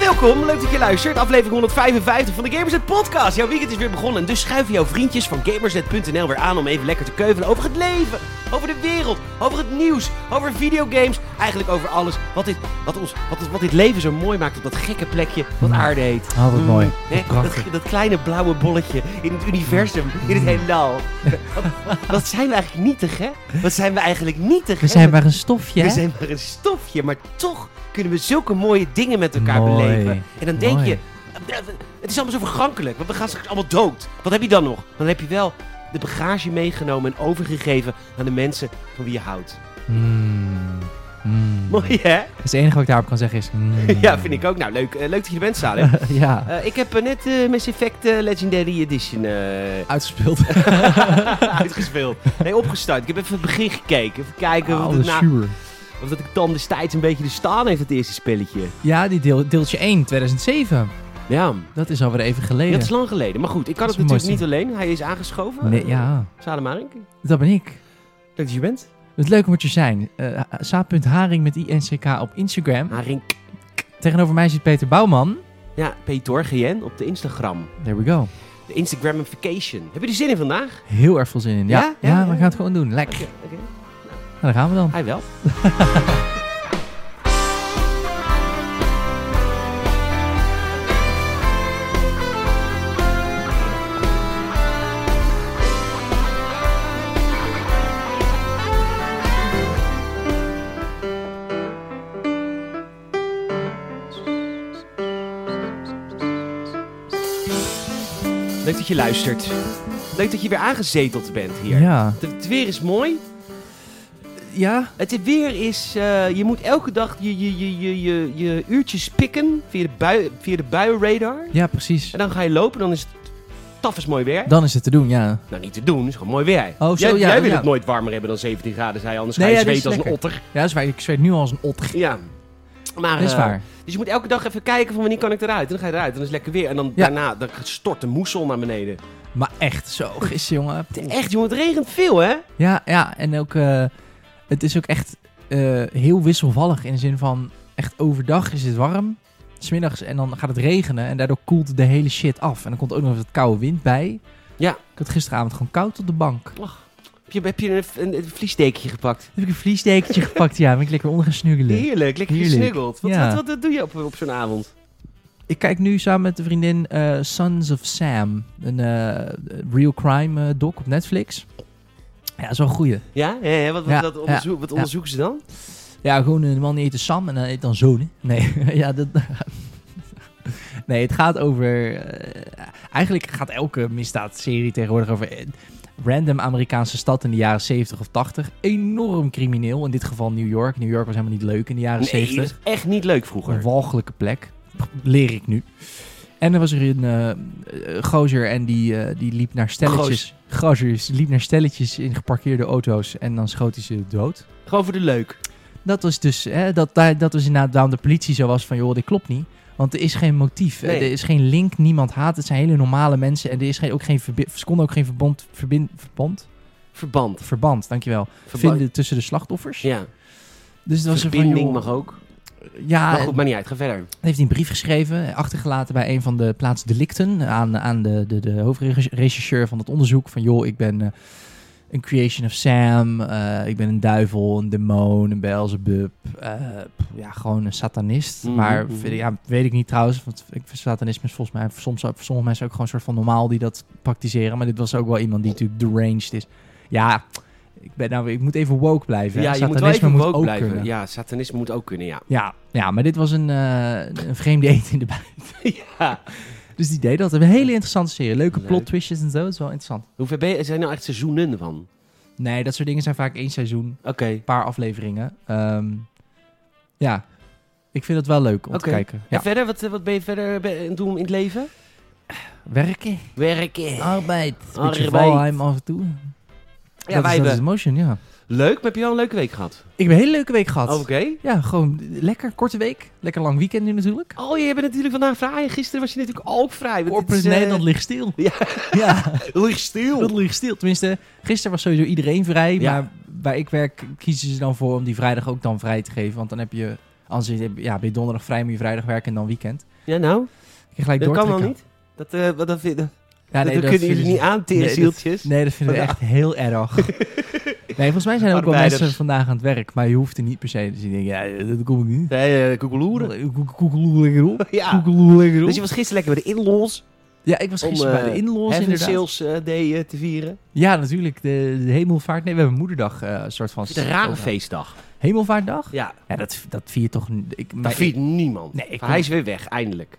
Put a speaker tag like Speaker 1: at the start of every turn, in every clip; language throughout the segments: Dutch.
Speaker 1: Welkom, leuk dat je luistert. Aflevering 155 van de Gamersnet Podcast. Jouw weekend is weer begonnen, dus schuiven jouw vriendjes van Gamersnet.nl weer aan om even lekker te keuvelen over het leven, over de wereld, over het nieuws, over videogames. Eigenlijk over alles wat dit, wat ons, wat, dit- wat dit leven zo mooi maakt op dat gekke plekje wat
Speaker 2: Mm.
Speaker 1: aarde heet.
Speaker 2: Oh, wat mooi.
Speaker 1: Hè, dat,
Speaker 2: Prachtig. Mm.
Speaker 1: dat kleine blauwe bolletje in het universum, in het heelal. Wat, wat zijn we eigenlijk nietig, hè? Wat zijn we eigenlijk nietig,
Speaker 2: We
Speaker 1: hè?
Speaker 2: zijn maar een stofje,
Speaker 1: We
Speaker 2: hè?
Speaker 1: zijn maar een stofje, maar toch kunnen we zulke mooie dingen met elkaar
Speaker 2: Mooi.
Speaker 1: beleven. En dan denk
Speaker 2: Mooi.
Speaker 1: je, het is allemaal zo vergankelijk, want we gaan straks allemaal dood. Wat heb je dan nog? Dan heb je wel de bagage meegenomen en overgegeven aan de mensen van wie je houdt.
Speaker 2: Mm, mm.
Speaker 1: Mooi hè?
Speaker 2: Dat is het enige wat ik daarop kan zeggen is... mm.
Speaker 1: Ja, vind ik ook. Nou, leuk, eh, leuk dat je er bent, Salem.
Speaker 2: ja,
Speaker 1: Eh, ik heb eh, net eh, Mass Effect eh, Legendary Edition eh,
Speaker 2: uitgespeeld.
Speaker 1: uitgespeeld. Nee, opgestart. Ik heb even het begin gekeken. Even kijken of, het
Speaker 2: Alles
Speaker 1: na-
Speaker 2: zuur.
Speaker 1: of dat ik dan destijds een beetje de staan heeft, het eerste spelletje.
Speaker 2: Ja, die deel, deeltje 1, 2007.
Speaker 1: Ja.
Speaker 2: Dat is alweer even geleden.
Speaker 1: Dat is lang geleden. Maar goed, ik kan
Speaker 2: Dat
Speaker 1: het
Speaker 2: is
Speaker 1: natuurlijk
Speaker 2: mooi
Speaker 1: niet alleen. Hij is aangeschoven.
Speaker 2: Nee, ja,
Speaker 1: Salem Haring, leuk
Speaker 2: dat ben ik.
Speaker 1: dat je bent.
Speaker 2: Het leuke moet je zijn. eh Saap.haring met INCK op Instagram.
Speaker 1: Haring.
Speaker 2: Tegenover mij zit Peter Bouwman.
Speaker 1: Ah, Ja, Peter GN op de Instagram.
Speaker 2: There we go.
Speaker 1: De Instagramification. Heb je er zin in vandaag?
Speaker 2: Heel erg veel zin in.
Speaker 1: Ja?
Speaker 2: Ja,
Speaker 1: Ja,
Speaker 2: ja,
Speaker 1: ja,
Speaker 2: we gaan het gewoon doen. Lekker.
Speaker 1: Oké, oké.
Speaker 2: Nou, daar gaan we dan.
Speaker 1: Hij wel. Leuk dat je luistert. Leuk dat je weer aangezeteld bent hier.
Speaker 2: Ja.
Speaker 1: Het- Het weer is mooi.
Speaker 2: Ja?
Speaker 1: Het weer is, eh, je moet elke dag je, je, je, je, je, je uurtjes pikken via de, bui, via de buienradar.
Speaker 2: Ja, precies.
Speaker 1: En dan ga je lopen, dan is het tafels mooi weer.
Speaker 2: Dan is het te doen, ja.
Speaker 1: Nou, niet te doen, is gewoon mooi weer.
Speaker 2: Oh, zo,
Speaker 1: jij,
Speaker 2: ja,
Speaker 1: jij wil
Speaker 2: ja.
Speaker 1: het nooit warmer hebben dan 17 graden, zei je, anders
Speaker 2: Nee,
Speaker 1: ga je
Speaker 2: ja, dat is
Speaker 1: zweten als een
Speaker 2: lekker.
Speaker 1: otter.
Speaker 2: Ja, dat is waar. Ik zweet nu al als een otter.
Speaker 1: Ja. Maar,
Speaker 2: Dat is
Speaker 1: eh,
Speaker 2: waar.
Speaker 1: Dus je moet elke dag even kijken van wanneer kan ik eruit. En dan ga je eruit, en dan is het lekker weer. En dan
Speaker 2: Ja.
Speaker 1: daarna dan stort de moesel naar beneden.
Speaker 2: Maar echt, zo gisteren, jongen.
Speaker 1: Echt jongen, het regent veel hè?
Speaker 2: Ja, ja, en ook... eh, het is ook echt eh, heel wisselvallig in de zin van... Echt overdag is het warm. Smiddags en dan gaat het regenen. En daardoor koelt de hele shit af. En dan komt ook nog eens wat koude wind bij.
Speaker 1: Ja.
Speaker 2: Ik had gisteravond gewoon koud op de bank. Dan
Speaker 1: Heb je, heb je een, een, een vliesdekentje gepakt?
Speaker 2: heb ik een vliesdekentje gepakt. Ja, ben ik lekker onder gaan snuggelen.
Speaker 1: Heerlijk, lekker
Speaker 2: Heerlijk.
Speaker 1: gesnuggeld. Wat,
Speaker 2: Ja.
Speaker 1: wat, wat, wat doe je op, op zo'n avond?
Speaker 2: Ik kijk nu samen met de vriendin eh, Sons of Sam. Een eh, real crime eh, doc op Netflix. Ja, dat is wel een goeie.
Speaker 1: Ja? ja, ja, wat, wat,
Speaker 2: Ja,
Speaker 1: dat
Speaker 2: ja,
Speaker 1: onderzoek, wat onderzoeken ze dan?
Speaker 2: Ja, gewoon een man die eet een Sam en dan eet dan zoon. hè? Nee, ja, dat... nee, het gaat over... eh, eigenlijk gaat elke misdaadserie tegenwoordig over... eh, Random Amerikaanse stad in de jaren 70 of 80. Enorm crimineel. In dit geval New York. New York was helemaal niet leuk in de jaren
Speaker 1: Nee,
Speaker 2: 70.
Speaker 1: dat is echt niet leuk vroeger.
Speaker 2: Een walgelijke plek. Leer ik nu. En er was er een eh, eh, gozer en die, eh, die liep naar stelletjes. Gozers. die liep naar stelletjes in geparkeerde auto's en dan schoot hij ze dood.
Speaker 1: Gewoon voor de leuk.
Speaker 2: Dat was dus, hè, dat, daar- dat was inderdaad waarom de politie zo was van, joh, dit klopt niet. Want er is geen motief,
Speaker 1: Nee.
Speaker 2: er is geen link, niemand haat. Het zijn hele normale mensen en er is geen, ook geen verbi- ze konden ook geen verbond, verbin, verband,
Speaker 1: Verband.
Speaker 2: verband, dankjewel,
Speaker 1: Verband.
Speaker 2: vinden tussen de slachtoffers.
Speaker 1: Ja.
Speaker 2: Dus het was
Speaker 1: Verbinding
Speaker 2: een Ah,
Speaker 1: mag ook.
Speaker 2: Ja,
Speaker 1: maar goed, maar niet uit. Ga verder.
Speaker 2: Hij heeft een brief geschreven, eh, achtergelaten bij een van de plaatsdelicten. Aan, aan de, de, de hoofdrechercheur van het onderzoek. Van joh, ik ben eh, een creation of Sam. eh, ik ben een duivel, een demon, een Beelzebub. eh, pff, ja, gewoon een satanist.
Speaker 1: Mhm,
Speaker 2: Maar
Speaker 1: mhm.
Speaker 2: vind ik- ja, weet ik niet trouwens. Want ik, vind satanisme is volgens mij voor soms, voor sommige mensen ook gewoon een soort van normaal die dat praktiseren. Maar dit was ook wel iemand die natuurlijk deranged is. Ja, ik, ben, nou, ik moet even woke blijven. hè.
Speaker 1: Ja, je moet wel
Speaker 2: Satanisme
Speaker 1: even woke
Speaker 2: ook
Speaker 1: blijven.
Speaker 2: kunnen.
Speaker 1: Ja, satanisme moet ook kunnen, ja.
Speaker 2: Ja, ja, maar dit was een, eh, een vreemde eend in de buik.
Speaker 1: ja.
Speaker 2: Dus die deed dat. Een hele interessante serie. Leuke
Speaker 1: Leuk.
Speaker 2: plot twists en zo. Dat is wel interessant.
Speaker 1: Hoeveel ben je, zijn nou echt seizoenen van?
Speaker 2: Nee, dat soort dingen zijn vaak één seizoen, een
Speaker 1: Oké.
Speaker 2: paar afleveringen. Ehm, ja, ik vind het wel leuk om
Speaker 1: Oké.
Speaker 2: te kijken.
Speaker 1: En
Speaker 2: Ja.
Speaker 1: verder, wat, eh, wat ben je verder be- aan het doen in het leven? eh.
Speaker 2: Werken,
Speaker 1: Werken.
Speaker 2: Ah, arbeid, beetje
Speaker 1: Arbeid.
Speaker 2: Valheim af en toe.
Speaker 1: ja, wij
Speaker 2: dat is, dat is
Speaker 1: hebben
Speaker 2: motion, ja.
Speaker 1: Leuk, maar heb je al een leuke week gehad?
Speaker 2: Ik heb een hele leuke week gehad.
Speaker 1: Oh, Oké.
Speaker 2: Ja, gewoon lekker, korte week. Lekker lang weekend nu natuurlijk.
Speaker 1: Oh, je bent natuurlijk vandaag vrij. Gisteren was je natuurlijk ook vrij. want
Speaker 2: Corporate
Speaker 1: het is, eh,
Speaker 2: Nederland ligt stil.
Speaker 1: Ja.
Speaker 2: ja,
Speaker 1: lig
Speaker 2: dat
Speaker 1: stil.
Speaker 2: ligt stil. Tenminste, gisteren was sowieso iedereen vrij.
Speaker 1: Ja.
Speaker 2: Maar waar ik werk kiezen ze dan voor om die vrijdag ook dan vrij te geven. Want dan heb je, anders heb je- ja, ben je donderdag vrij, moet je vrijdag werken en dan weekend.
Speaker 1: Ja, nou,
Speaker 2: Ik ga gelijk
Speaker 1: dat kan wel
Speaker 2: doortrekken.
Speaker 1: niet. Dat, eh, wat dat, vind- dat,
Speaker 2: Ja,
Speaker 1: dat kunnen
Speaker 2: vinden
Speaker 1: jullie
Speaker 2: ze-
Speaker 1: niet aan,
Speaker 2: Nee,
Speaker 1: teerzieltjes.
Speaker 2: Nee, dat vinden we echt heel erg. Nee, volgens mij zijn er ook wel
Speaker 1: Arbeiders.
Speaker 2: mensen vandaag aan het werk, maar je hoeft er niet per se te zien. Ik Denk, ja, dat kom ik niet.
Speaker 1: Nee, eh, koekeloeren.
Speaker 2: Koek- Koekeloe lekker op.
Speaker 1: Ja.
Speaker 2: Koekeloe lekker
Speaker 1: Dus je
Speaker 2: op.
Speaker 1: was gisteren lekker bij de in-laws.
Speaker 2: Ja, ik was
Speaker 1: om,
Speaker 2: gisteren
Speaker 1: eh,
Speaker 2: bij de in-laws
Speaker 1: Heaven
Speaker 2: inderdaad.
Speaker 1: Sales eh, Day eh, te vieren.
Speaker 2: Ja, natuurlijk. De, de hemelvaart. Nee, we hebben moederdag eh soort van.
Speaker 1: Het is een rare
Speaker 2: over.
Speaker 1: feestdag.
Speaker 2: Hemelvaartdag?
Speaker 1: Ja,
Speaker 2: Ja, dat, dat vier toch... n- Ik,
Speaker 1: dat
Speaker 2: maar-
Speaker 1: viert niemand.
Speaker 2: Nee, ik-
Speaker 1: Hij is weer weg, eindelijk.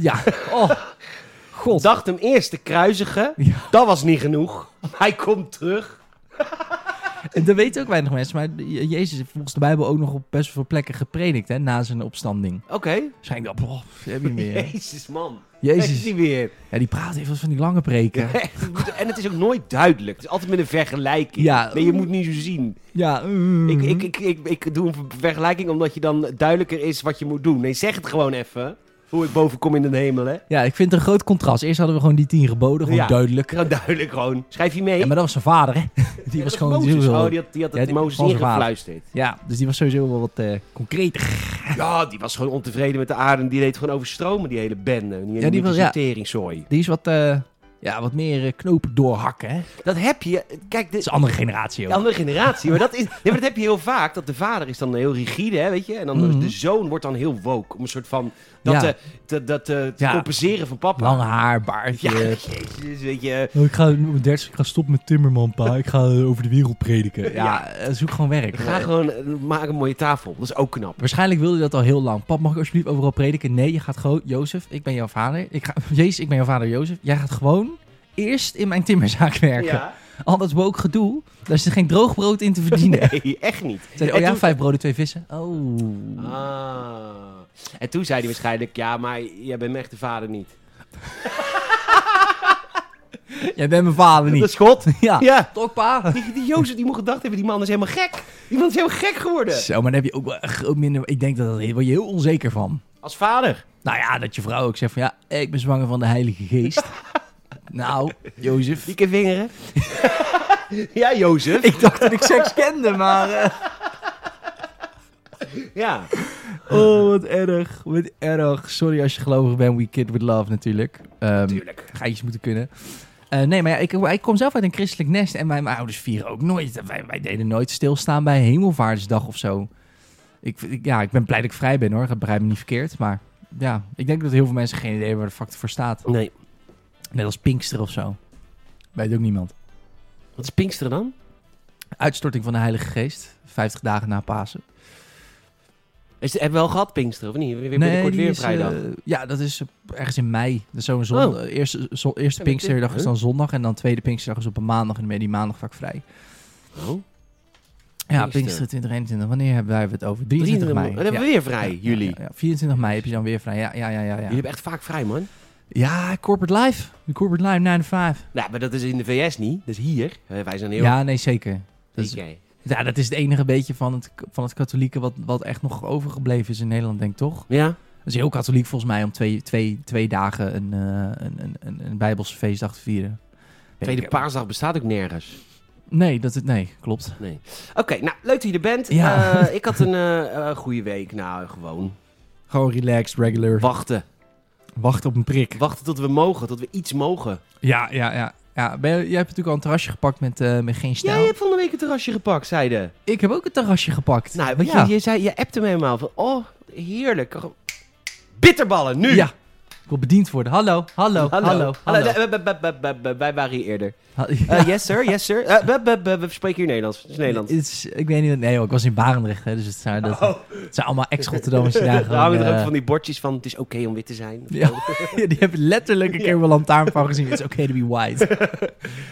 Speaker 2: Ja. Oh, god.
Speaker 1: Dacht hem eerst te kruisigen.
Speaker 2: Ja.
Speaker 1: Dat was niet genoeg. Hij komt terug.
Speaker 2: Dat weten ook weinig mensen, maar Je- Jezus heeft volgens de Bijbel ook nog op best wel veel plekken gepredikt, hè, na zijn opstanding.
Speaker 1: Oké.
Speaker 2: Waarschijnlijk dat, oh, heb je hem weer. hè.
Speaker 1: Jezus, man. Kijk eens
Speaker 2: Jezus.
Speaker 1: niet meer.
Speaker 2: Ja, die praat even als van die lange preken.
Speaker 1: en het is ook nooit duidelijk. Het is altijd met een vergelijking.
Speaker 2: Ja.
Speaker 1: Nee, je moet niet zo zien.
Speaker 2: Ja, mm.
Speaker 1: Ik, ik, ik, ik, ik doe een vergelijking omdat je dan duidelijker is wat je moet doen. Nee, zeg het gewoon even. Hoe ik boven kom in de hemel, hè.
Speaker 2: ja, ik vind het een groot contrast. Eerst hadden we gewoon die tien geboden, gewoon
Speaker 1: Ja.
Speaker 2: duidelijk.
Speaker 1: Gewoon duidelijk gewoon. Schrijf je mee.
Speaker 2: Ja, maar dat was zijn vader, hè? Die was
Speaker 1: Dat
Speaker 2: gewoon...
Speaker 1: Mozes.
Speaker 2: heel-
Speaker 1: Oh, die had, die had
Speaker 2: Ja,
Speaker 1: het
Speaker 2: die-
Speaker 1: Mozes
Speaker 2: van zijn vader.
Speaker 1: ingefluisterd.
Speaker 2: Ja, dus die was sowieso wel wat eh concreter.
Speaker 1: Ja, die was gewoon ontevreden met de aarde. en Die deed gewoon overstromen, die hele bende. Die, ja,
Speaker 2: die
Speaker 1: die
Speaker 2: wil- ja.
Speaker 1: teringzooi.
Speaker 2: Die is wat, eh, ja, wat meer eh, knopen doorhakken, hè?
Speaker 1: Dat heb je... Kijk,
Speaker 2: Dat is
Speaker 1: de
Speaker 2: een andere generatie
Speaker 1: de
Speaker 2: ook.
Speaker 1: andere generatie. Maar dat, is, nee, maar dat heb je heel vaak. Dat de vader is dan heel rigide, hè, weet je. En dan
Speaker 2: Mhm.
Speaker 1: de zoon wordt dan heel woke. Om een soort van... Dat,
Speaker 2: Ja.
Speaker 1: eh, te, dat eh, te
Speaker 2: Ja.
Speaker 1: compenseren van papa.
Speaker 2: Lang haar, baardje.
Speaker 1: ja, jezus, weet je.
Speaker 2: Oh, ik ga op 30, ik ga stoppen met Timmerman, pa. Ik ga eh, over de wereld prediken. Ja,
Speaker 1: Ja.
Speaker 2: eh, zoek gewoon werk.
Speaker 1: Ga gewoon, eh, maak een mooie tafel. Dat is ook knap.
Speaker 2: Waarschijnlijk wilde je dat al heel lang. Pap, mag ik alsjeblieft overal prediken? Nee, je gaat gewoon... Jozef, ik ben jouw vader. Ik ga, Jezus, ik ben jouw vader Jozef. Jij gaat gewoon eerst in mijn timmerzaak werken.
Speaker 1: Ja.
Speaker 2: Al dat woke gedoe, daar zit geen droog brood in te verdienen.
Speaker 1: Nee, echt niet.
Speaker 2: Zeiden,
Speaker 1: En
Speaker 2: oh ja,
Speaker 1: toen-
Speaker 2: vijf broden, twee vissen. Oh.
Speaker 1: Ah. En toen zei hij waarschijnlijk... Ja, maar jij bent mijn echte vader niet.
Speaker 2: Jij bent mijn vader
Speaker 1: Dat
Speaker 2: niet.
Speaker 1: is God.
Speaker 2: Ja.
Speaker 1: Ja.
Speaker 2: Toch, pa?
Speaker 1: Die, die Jozef die moet gedacht hebben, die man is helemaal gek. Die man is helemaal gek geworden.
Speaker 2: Zo, maar dan heb je ook wel echt ook minder... Ik denk dat dat daar word je heel onzeker van.
Speaker 1: Als vader.
Speaker 2: Nou ja, dat je vrouw ook zegt van... Ja, ik ben zwanger van de Heilige Geest. nou, Jozef.
Speaker 1: Dikke vingeren. ja, Jozef.
Speaker 2: Ik dacht dat ik seks kende, maar... eh,
Speaker 1: Ja.
Speaker 2: Oh, wat erg. Wat erg. Sorry als je gelovig bent. We kid with love natuurlijk. Ehm
Speaker 1: Tuurlijk.
Speaker 2: geitjes moeten kunnen. Eh, nee, maar ja, ik, ik kom zelf uit een christelijk nest en mijn, mijn ouders vieren ook nooit. Wij, wij deden nooit stilstaan bij Hemelvaartsdag of zo. Ik, ik- ja, ik ben blij dat ik vrij ben hoor, dat begrijp me niet verkeerd. Maar ja, ik denk dat heel veel mensen geen idee hebben waar de fuck het voor staat.
Speaker 1: Nee.
Speaker 2: Net als Pinkster of zo. Weet ook niemand.
Speaker 1: Wat is Pinksteren dan?
Speaker 2: Uitstorting van de Heilige Geest, 50 dagen na Pasen.
Speaker 1: Is, hebben we al gehad Pinksteren, of niet? Weer binnenkort
Speaker 2: die
Speaker 1: weer
Speaker 2: is,
Speaker 1: vrijdag.
Speaker 2: eh, ja, dat is eh, ergens in mei. Dat is zo'n zon,
Speaker 1: Oh.
Speaker 2: eh, eerste, zo- eerste
Speaker 1: Ja, weet
Speaker 2: Pinksterdag
Speaker 1: ik.
Speaker 2: is dan zondag en dan tweede Pinksterdag is op een maandag en dan ben je die maandag vaak vrij. eh,
Speaker 1: Oh.
Speaker 2: Ja,
Speaker 1: Pinkster.
Speaker 2: Pinkster 2021. Wanneer hebben wij het over? 23 mei.
Speaker 1: Oh, Dan hebben we
Speaker 2: Ja.
Speaker 1: weer vrij, jullie.
Speaker 2: Ja, ja, ja. 24 mei heb je dan weer vrij. Ja, ja, ja, ja. Ja,
Speaker 1: Jullie hebben echt vaak vrij, man.
Speaker 2: ja corporate life. De corporate life 9 to 5.
Speaker 1: Nou, maar dat is in de VS niet. Dat is hier. Eh, wij zijn heel...
Speaker 2: Ja, nee, zeker. Dat is,
Speaker 1: Oké.
Speaker 2: ja, dat is het enige beetje van het, van het katholieke wat, wat echt nog overgebleven is in Nederland, denk ik toch?
Speaker 1: Ja?
Speaker 2: Het is heel katholiek volgens mij om twee, twee, twee dagen een, eh, een, een, een, een Bijbelse feestdag te vieren.
Speaker 1: Tweede
Speaker 2: Ik-
Speaker 1: paasdag bestaat ook nergens.
Speaker 2: Nee, dat het, nee, klopt.
Speaker 1: Nee. Oké, nou, leuk dat je er bent.
Speaker 2: Ja.
Speaker 1: Eh, ik had een eh, eh, goede week. Nou, gewoon.
Speaker 2: Gewoon relaxed, regular.
Speaker 1: Wachten.
Speaker 2: Wacht op een prik.
Speaker 1: Wachten tot we mogen. Tot we iets mogen.
Speaker 2: Ja, ja, ja. ja ben, jij hebt natuurlijk al een terrasje gepakt met, eh, met geen stijl.
Speaker 1: Jij hebt van de week een terrasje gepakt, zeiden.
Speaker 2: Ik heb ook een terrasje gepakt.
Speaker 1: Nou, want
Speaker 2: ja.
Speaker 1: je, je, zei, je appte me helemaal van, oh, heerlijk. Bitterballen, nu!
Speaker 2: Ja. Ik wil bediend worden. Hallo, hallo, hallo, hallo.
Speaker 1: Nee, Eh, we- we- we- we- we- Wij waren hier eerder.
Speaker 2: Ha-
Speaker 1: Eh, yes, sir, yes, sir. Eh, we, we, we, we spreken hier Nederlands. Het is Nederlands.
Speaker 2: Het is- ik weet niet, nee joh, ik was in Barendrecht, hè, dus het zijn, dat,
Speaker 1: Oh.
Speaker 2: het zijn allemaal ex-Rotterdammers die daar
Speaker 1: Er hangen er ook
Speaker 2: eh,
Speaker 1: van die bordjes van, het is oké om wit te zijn.
Speaker 2: Ja, die hebben letterlijk een keer mijn lantaarn van gezien. Het is oké to be white.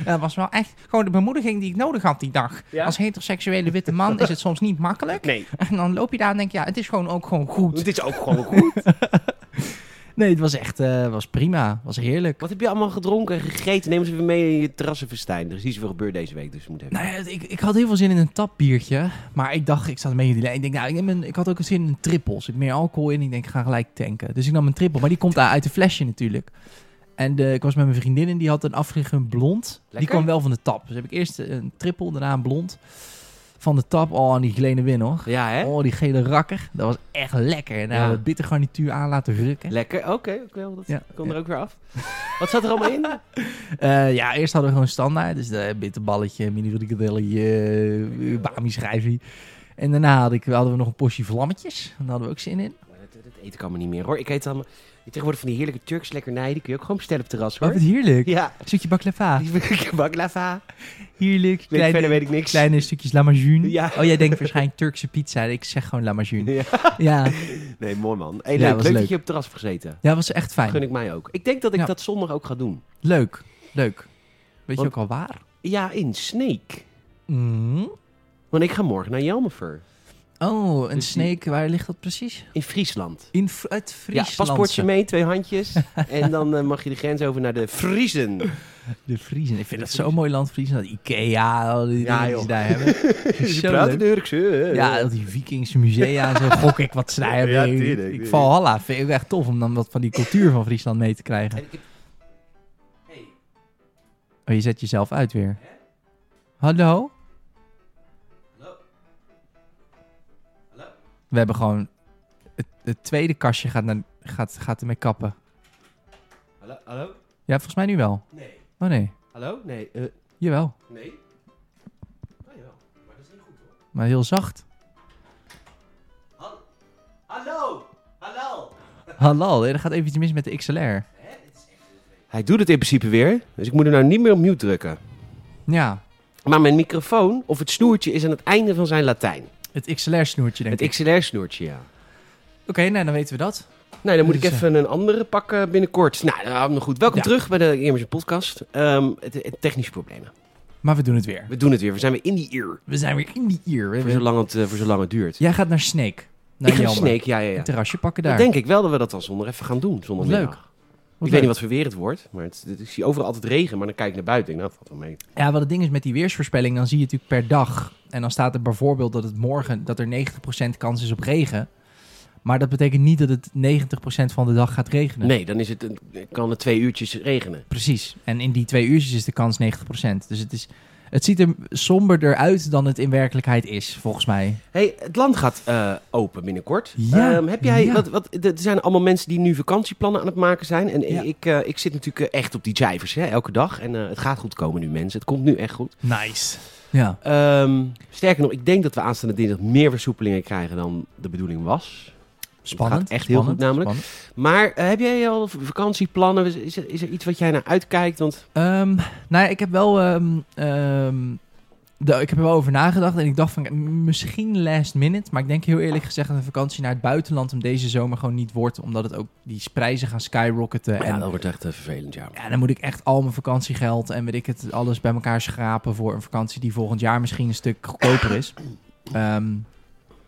Speaker 2: Ja, Dat was wel echt gewoon de bemoediging die ik nodig had die dag.
Speaker 1: Ja?
Speaker 2: Als heteroseksuele witte man is het soms niet makkelijk.
Speaker 1: Nee,
Speaker 2: En dan loop je daar en denk je, ja, het is gewoon ook gewoon goed.
Speaker 1: het is ook gewoon goed.
Speaker 2: Nee, het was echt eh, was prima. was heerlijk.
Speaker 1: Wat heb je allemaal gedronken en gegeten? Neem ze even mee in je terrassenfestijn. Er is niet zoveel gebeurd deze week, dus je moet hebben.
Speaker 2: Nou ja, ik, ik had heel veel zin in een tapbiertje. Maar ik dacht, ik zat een beetje in die lijn. Ik denk, nou, ik, neem een- ik had ook zin in een trippel. Er zit meer alcohol in. Ik denk, ik ga gelijk tanken. Dus ik nam een trippel. Maar die komt daar uit de flesje natuurlijk. En eh, ik was met mijn vriendin en die had een afgelegd blond. Die
Speaker 1: Lekker.
Speaker 2: kwam wel van de tap. Dus heb ik eerst een trippel, daarna een blond. Van de tap. Oh, en die glene win hoor.
Speaker 1: Nou, Ja, hè?
Speaker 2: Oh, die gele rakker. Dat was echt lekker. En daar
Speaker 1: Ja.
Speaker 2: hebben we bittergarnituur aan laten rukken.
Speaker 1: Lekker, oké. oké, wel, dat
Speaker 2: Ja,
Speaker 1: kwam
Speaker 2: ja.
Speaker 1: er ook weer af. Wat zat er allemaal in?
Speaker 2: Eh, ja, eerst hadden we gewoon standaard. Dus eh bitterballetje, mini frikadelletje, bami schrijfie. En daarna had ik, hadden we nog een portie vlammetjes. Daar hadden we ook zin in.
Speaker 1: Maar dat, dat eten kan me niet meer, hoor. Ik eet allemaal... Tegenwoordig van die heerlijke Turks lekkernij, die kun je ook gewoon bestellen op het terras,
Speaker 2: Oh, Wat
Speaker 1: hoor.
Speaker 2: het heerlijk.
Speaker 1: Ja,
Speaker 2: Stukje baklava.
Speaker 1: die baklava.
Speaker 2: Heerlijk.
Speaker 1: Weet,
Speaker 2: Kleine,
Speaker 1: verder weet ik niks.
Speaker 2: kleine stukjes lamajun.
Speaker 1: Ja.
Speaker 2: Oh, jij denkt waarschijnlijk Turkse pizza. Ik zeg gewoon lamajun.
Speaker 1: Ja.
Speaker 2: Ja,
Speaker 1: Nee, mooi man. Hey,
Speaker 2: Ja,
Speaker 1: leuk,
Speaker 2: was
Speaker 1: leuk dat
Speaker 2: leuk.
Speaker 1: je op het terras hebt gezeten.
Speaker 2: dat was echt
Speaker 1: Gun
Speaker 2: fijn.
Speaker 1: ik mij ook. Ik denk dat ik
Speaker 2: Ja.
Speaker 1: dat zondag ook ga doen.
Speaker 2: Leuk. Leuk. Weet
Speaker 1: Want-
Speaker 2: je ook al waar?
Speaker 1: Ja, in Sneek.
Speaker 2: Mm.
Speaker 1: Want ik ga morgen naar Jelmefer.
Speaker 2: Oh, een
Speaker 1: Dus die-
Speaker 2: snake. Waar ligt dat precies?
Speaker 1: In Friesland.
Speaker 2: In Fr- uit Friesland.
Speaker 1: Ja, paspoortje mee, twee handjes. en dan eh, mag je de grens over naar de Friesen.
Speaker 2: De Vriezen. Ik vind dat
Speaker 1: De
Speaker 2: zo'n
Speaker 1: Vriezen.
Speaker 2: mooi land, Vriezen. Dat Ikea, al die
Speaker 1: Ja,
Speaker 2: dingen die
Speaker 1: joh.
Speaker 2: ze daar hebben.
Speaker 1: Ze
Speaker 2: Zo
Speaker 1: praten
Speaker 2: leuk.
Speaker 1: Turks. eh.
Speaker 2: Ja, al die Vikingse musea en zo. Gok ik wat snijden.
Speaker 1: Ja,
Speaker 2: ik,
Speaker 1: tuurlijk,
Speaker 2: ik
Speaker 1: tuurlijk.
Speaker 2: val halla. Vind ik echt tof om dan wat van die cultuur van Friesland mee te krijgen.
Speaker 1: En ik heb- Hey,
Speaker 2: Oh, je zet jezelf uit weer. Hallo?
Speaker 1: hallo. Hallo.
Speaker 2: We hebben gewoon... Het, het tweede kastje gaat, naar, gaat, gaat ermee kappen.
Speaker 1: Hallo. Hallo.
Speaker 2: Ja, volgens mij nu wel.
Speaker 1: Nee.
Speaker 2: Oh nee,
Speaker 1: Hallo? Nee. eh,
Speaker 2: jawel.
Speaker 1: nee. Oh, jawel. Maar dat is niet goed hoor.
Speaker 2: Maar heel zacht.
Speaker 1: Hal- hallo. Hallo.
Speaker 2: Hallo, er gaat even iets mis met de XLR.
Speaker 1: Hij doet het in principe weer, dus ik moet er nou niet meer op mute drukken.
Speaker 2: Ja,
Speaker 1: Maar mijn microfoon, of het snoertje, is aan het einde van zijn Latijn.
Speaker 2: het XLR-snoertje
Speaker 1: Het
Speaker 2: denk ik.
Speaker 1: XLR-snoertje, ja.
Speaker 2: Oké, nou dan weten we dat.
Speaker 1: Nou, dan moet ik
Speaker 2: Dus, eh,
Speaker 1: even een andere pakken binnenkort. Nou, nou nog goed. Welkom
Speaker 2: Ja.
Speaker 1: terug bij de Emerson Podcast. Ehm, het, het technische problemen.
Speaker 2: Maar we doen het weer.
Speaker 1: We doen het weer. We zijn weer in die ear.
Speaker 2: We zijn weer in die eer. We-
Speaker 1: Voor
Speaker 2: we-
Speaker 1: zolang het, eh, voor zolang het duurt.
Speaker 2: Jij gaat naar Snake. Naar
Speaker 1: ik ga
Speaker 2: Jelmer.
Speaker 1: Snake, ja, ja, ja.
Speaker 2: Een terrasje pakken
Speaker 1: Dan
Speaker 2: daar.
Speaker 1: denk ik wel dat we dat dan zonder even gaan doen. Zonder
Speaker 2: Wat
Speaker 1: middag.
Speaker 2: leuk.
Speaker 1: Ik weet niet wat voor weer het wordt, maar het, het- ik zie overal altijd regen. Maar dan kijk ik naar buiten. Ik denk, nou, dat valt wel mee.
Speaker 2: Ja, wat het ding is met die weersvoorspelling, dan zie je natuurlijk per dag. En dan staat er bijvoorbeeld dat het morgen dat er 90% kans is op regen. Maar dat betekent niet dat het 90% van de dag gaat regenen.
Speaker 1: Nee, dan is het, een- kan het twee uurtjes regenen.
Speaker 2: Precies. En in die twee uurtjes is de kans 90%. Dus het, is, het ziet er somberder uit dan het in werkelijkheid is, volgens mij.
Speaker 1: hey, het land gaat eh, open binnenkort.
Speaker 2: Ja,
Speaker 1: Ehm, heb jij,
Speaker 2: ja.
Speaker 1: wat, wat, d- er zijn allemaal mensen die nu vakantieplannen aan het maken zijn. En
Speaker 2: Ja.
Speaker 1: ik, eh, ik zit natuurlijk eh, echt op die cijfers, hè, elke dag. En eh, het gaat goed komen nu, mensen. Het komt nu echt goed.
Speaker 2: Nice. Ja.
Speaker 1: Ehm, sterker nog, ik denk dat we aanstaande dinsdag meer versoepelingen krijgen dan de bedoeling was.
Speaker 2: Spannend.
Speaker 1: gaat echt heel
Speaker 2: spannend,
Speaker 1: goed namelijk.
Speaker 2: spannend.
Speaker 1: Maar eh, heb jij al v- vakantieplannen? Is, is, er, is er iets wat jij naar uitkijkt? Want
Speaker 2: Ehm, nou ja, ik heb wel. ehm, ehm, de- ik heb er wel over nagedacht en ik dacht van mm, misschien last minute. Maar ik denk heel eerlijk gezegd dat een vakantie naar het buitenland hem deze zomer gewoon niet wordt. Omdat het ook die prijzen gaan skyrocketen. en
Speaker 1: dat wordt echt eh, vervelend, ja.
Speaker 2: ja, dan moet ik echt al mijn vakantiegeld en weet ik het alles bij elkaar schrapen voor een vakantie die volgend jaar misschien een stuk goedkoper is. Ehm,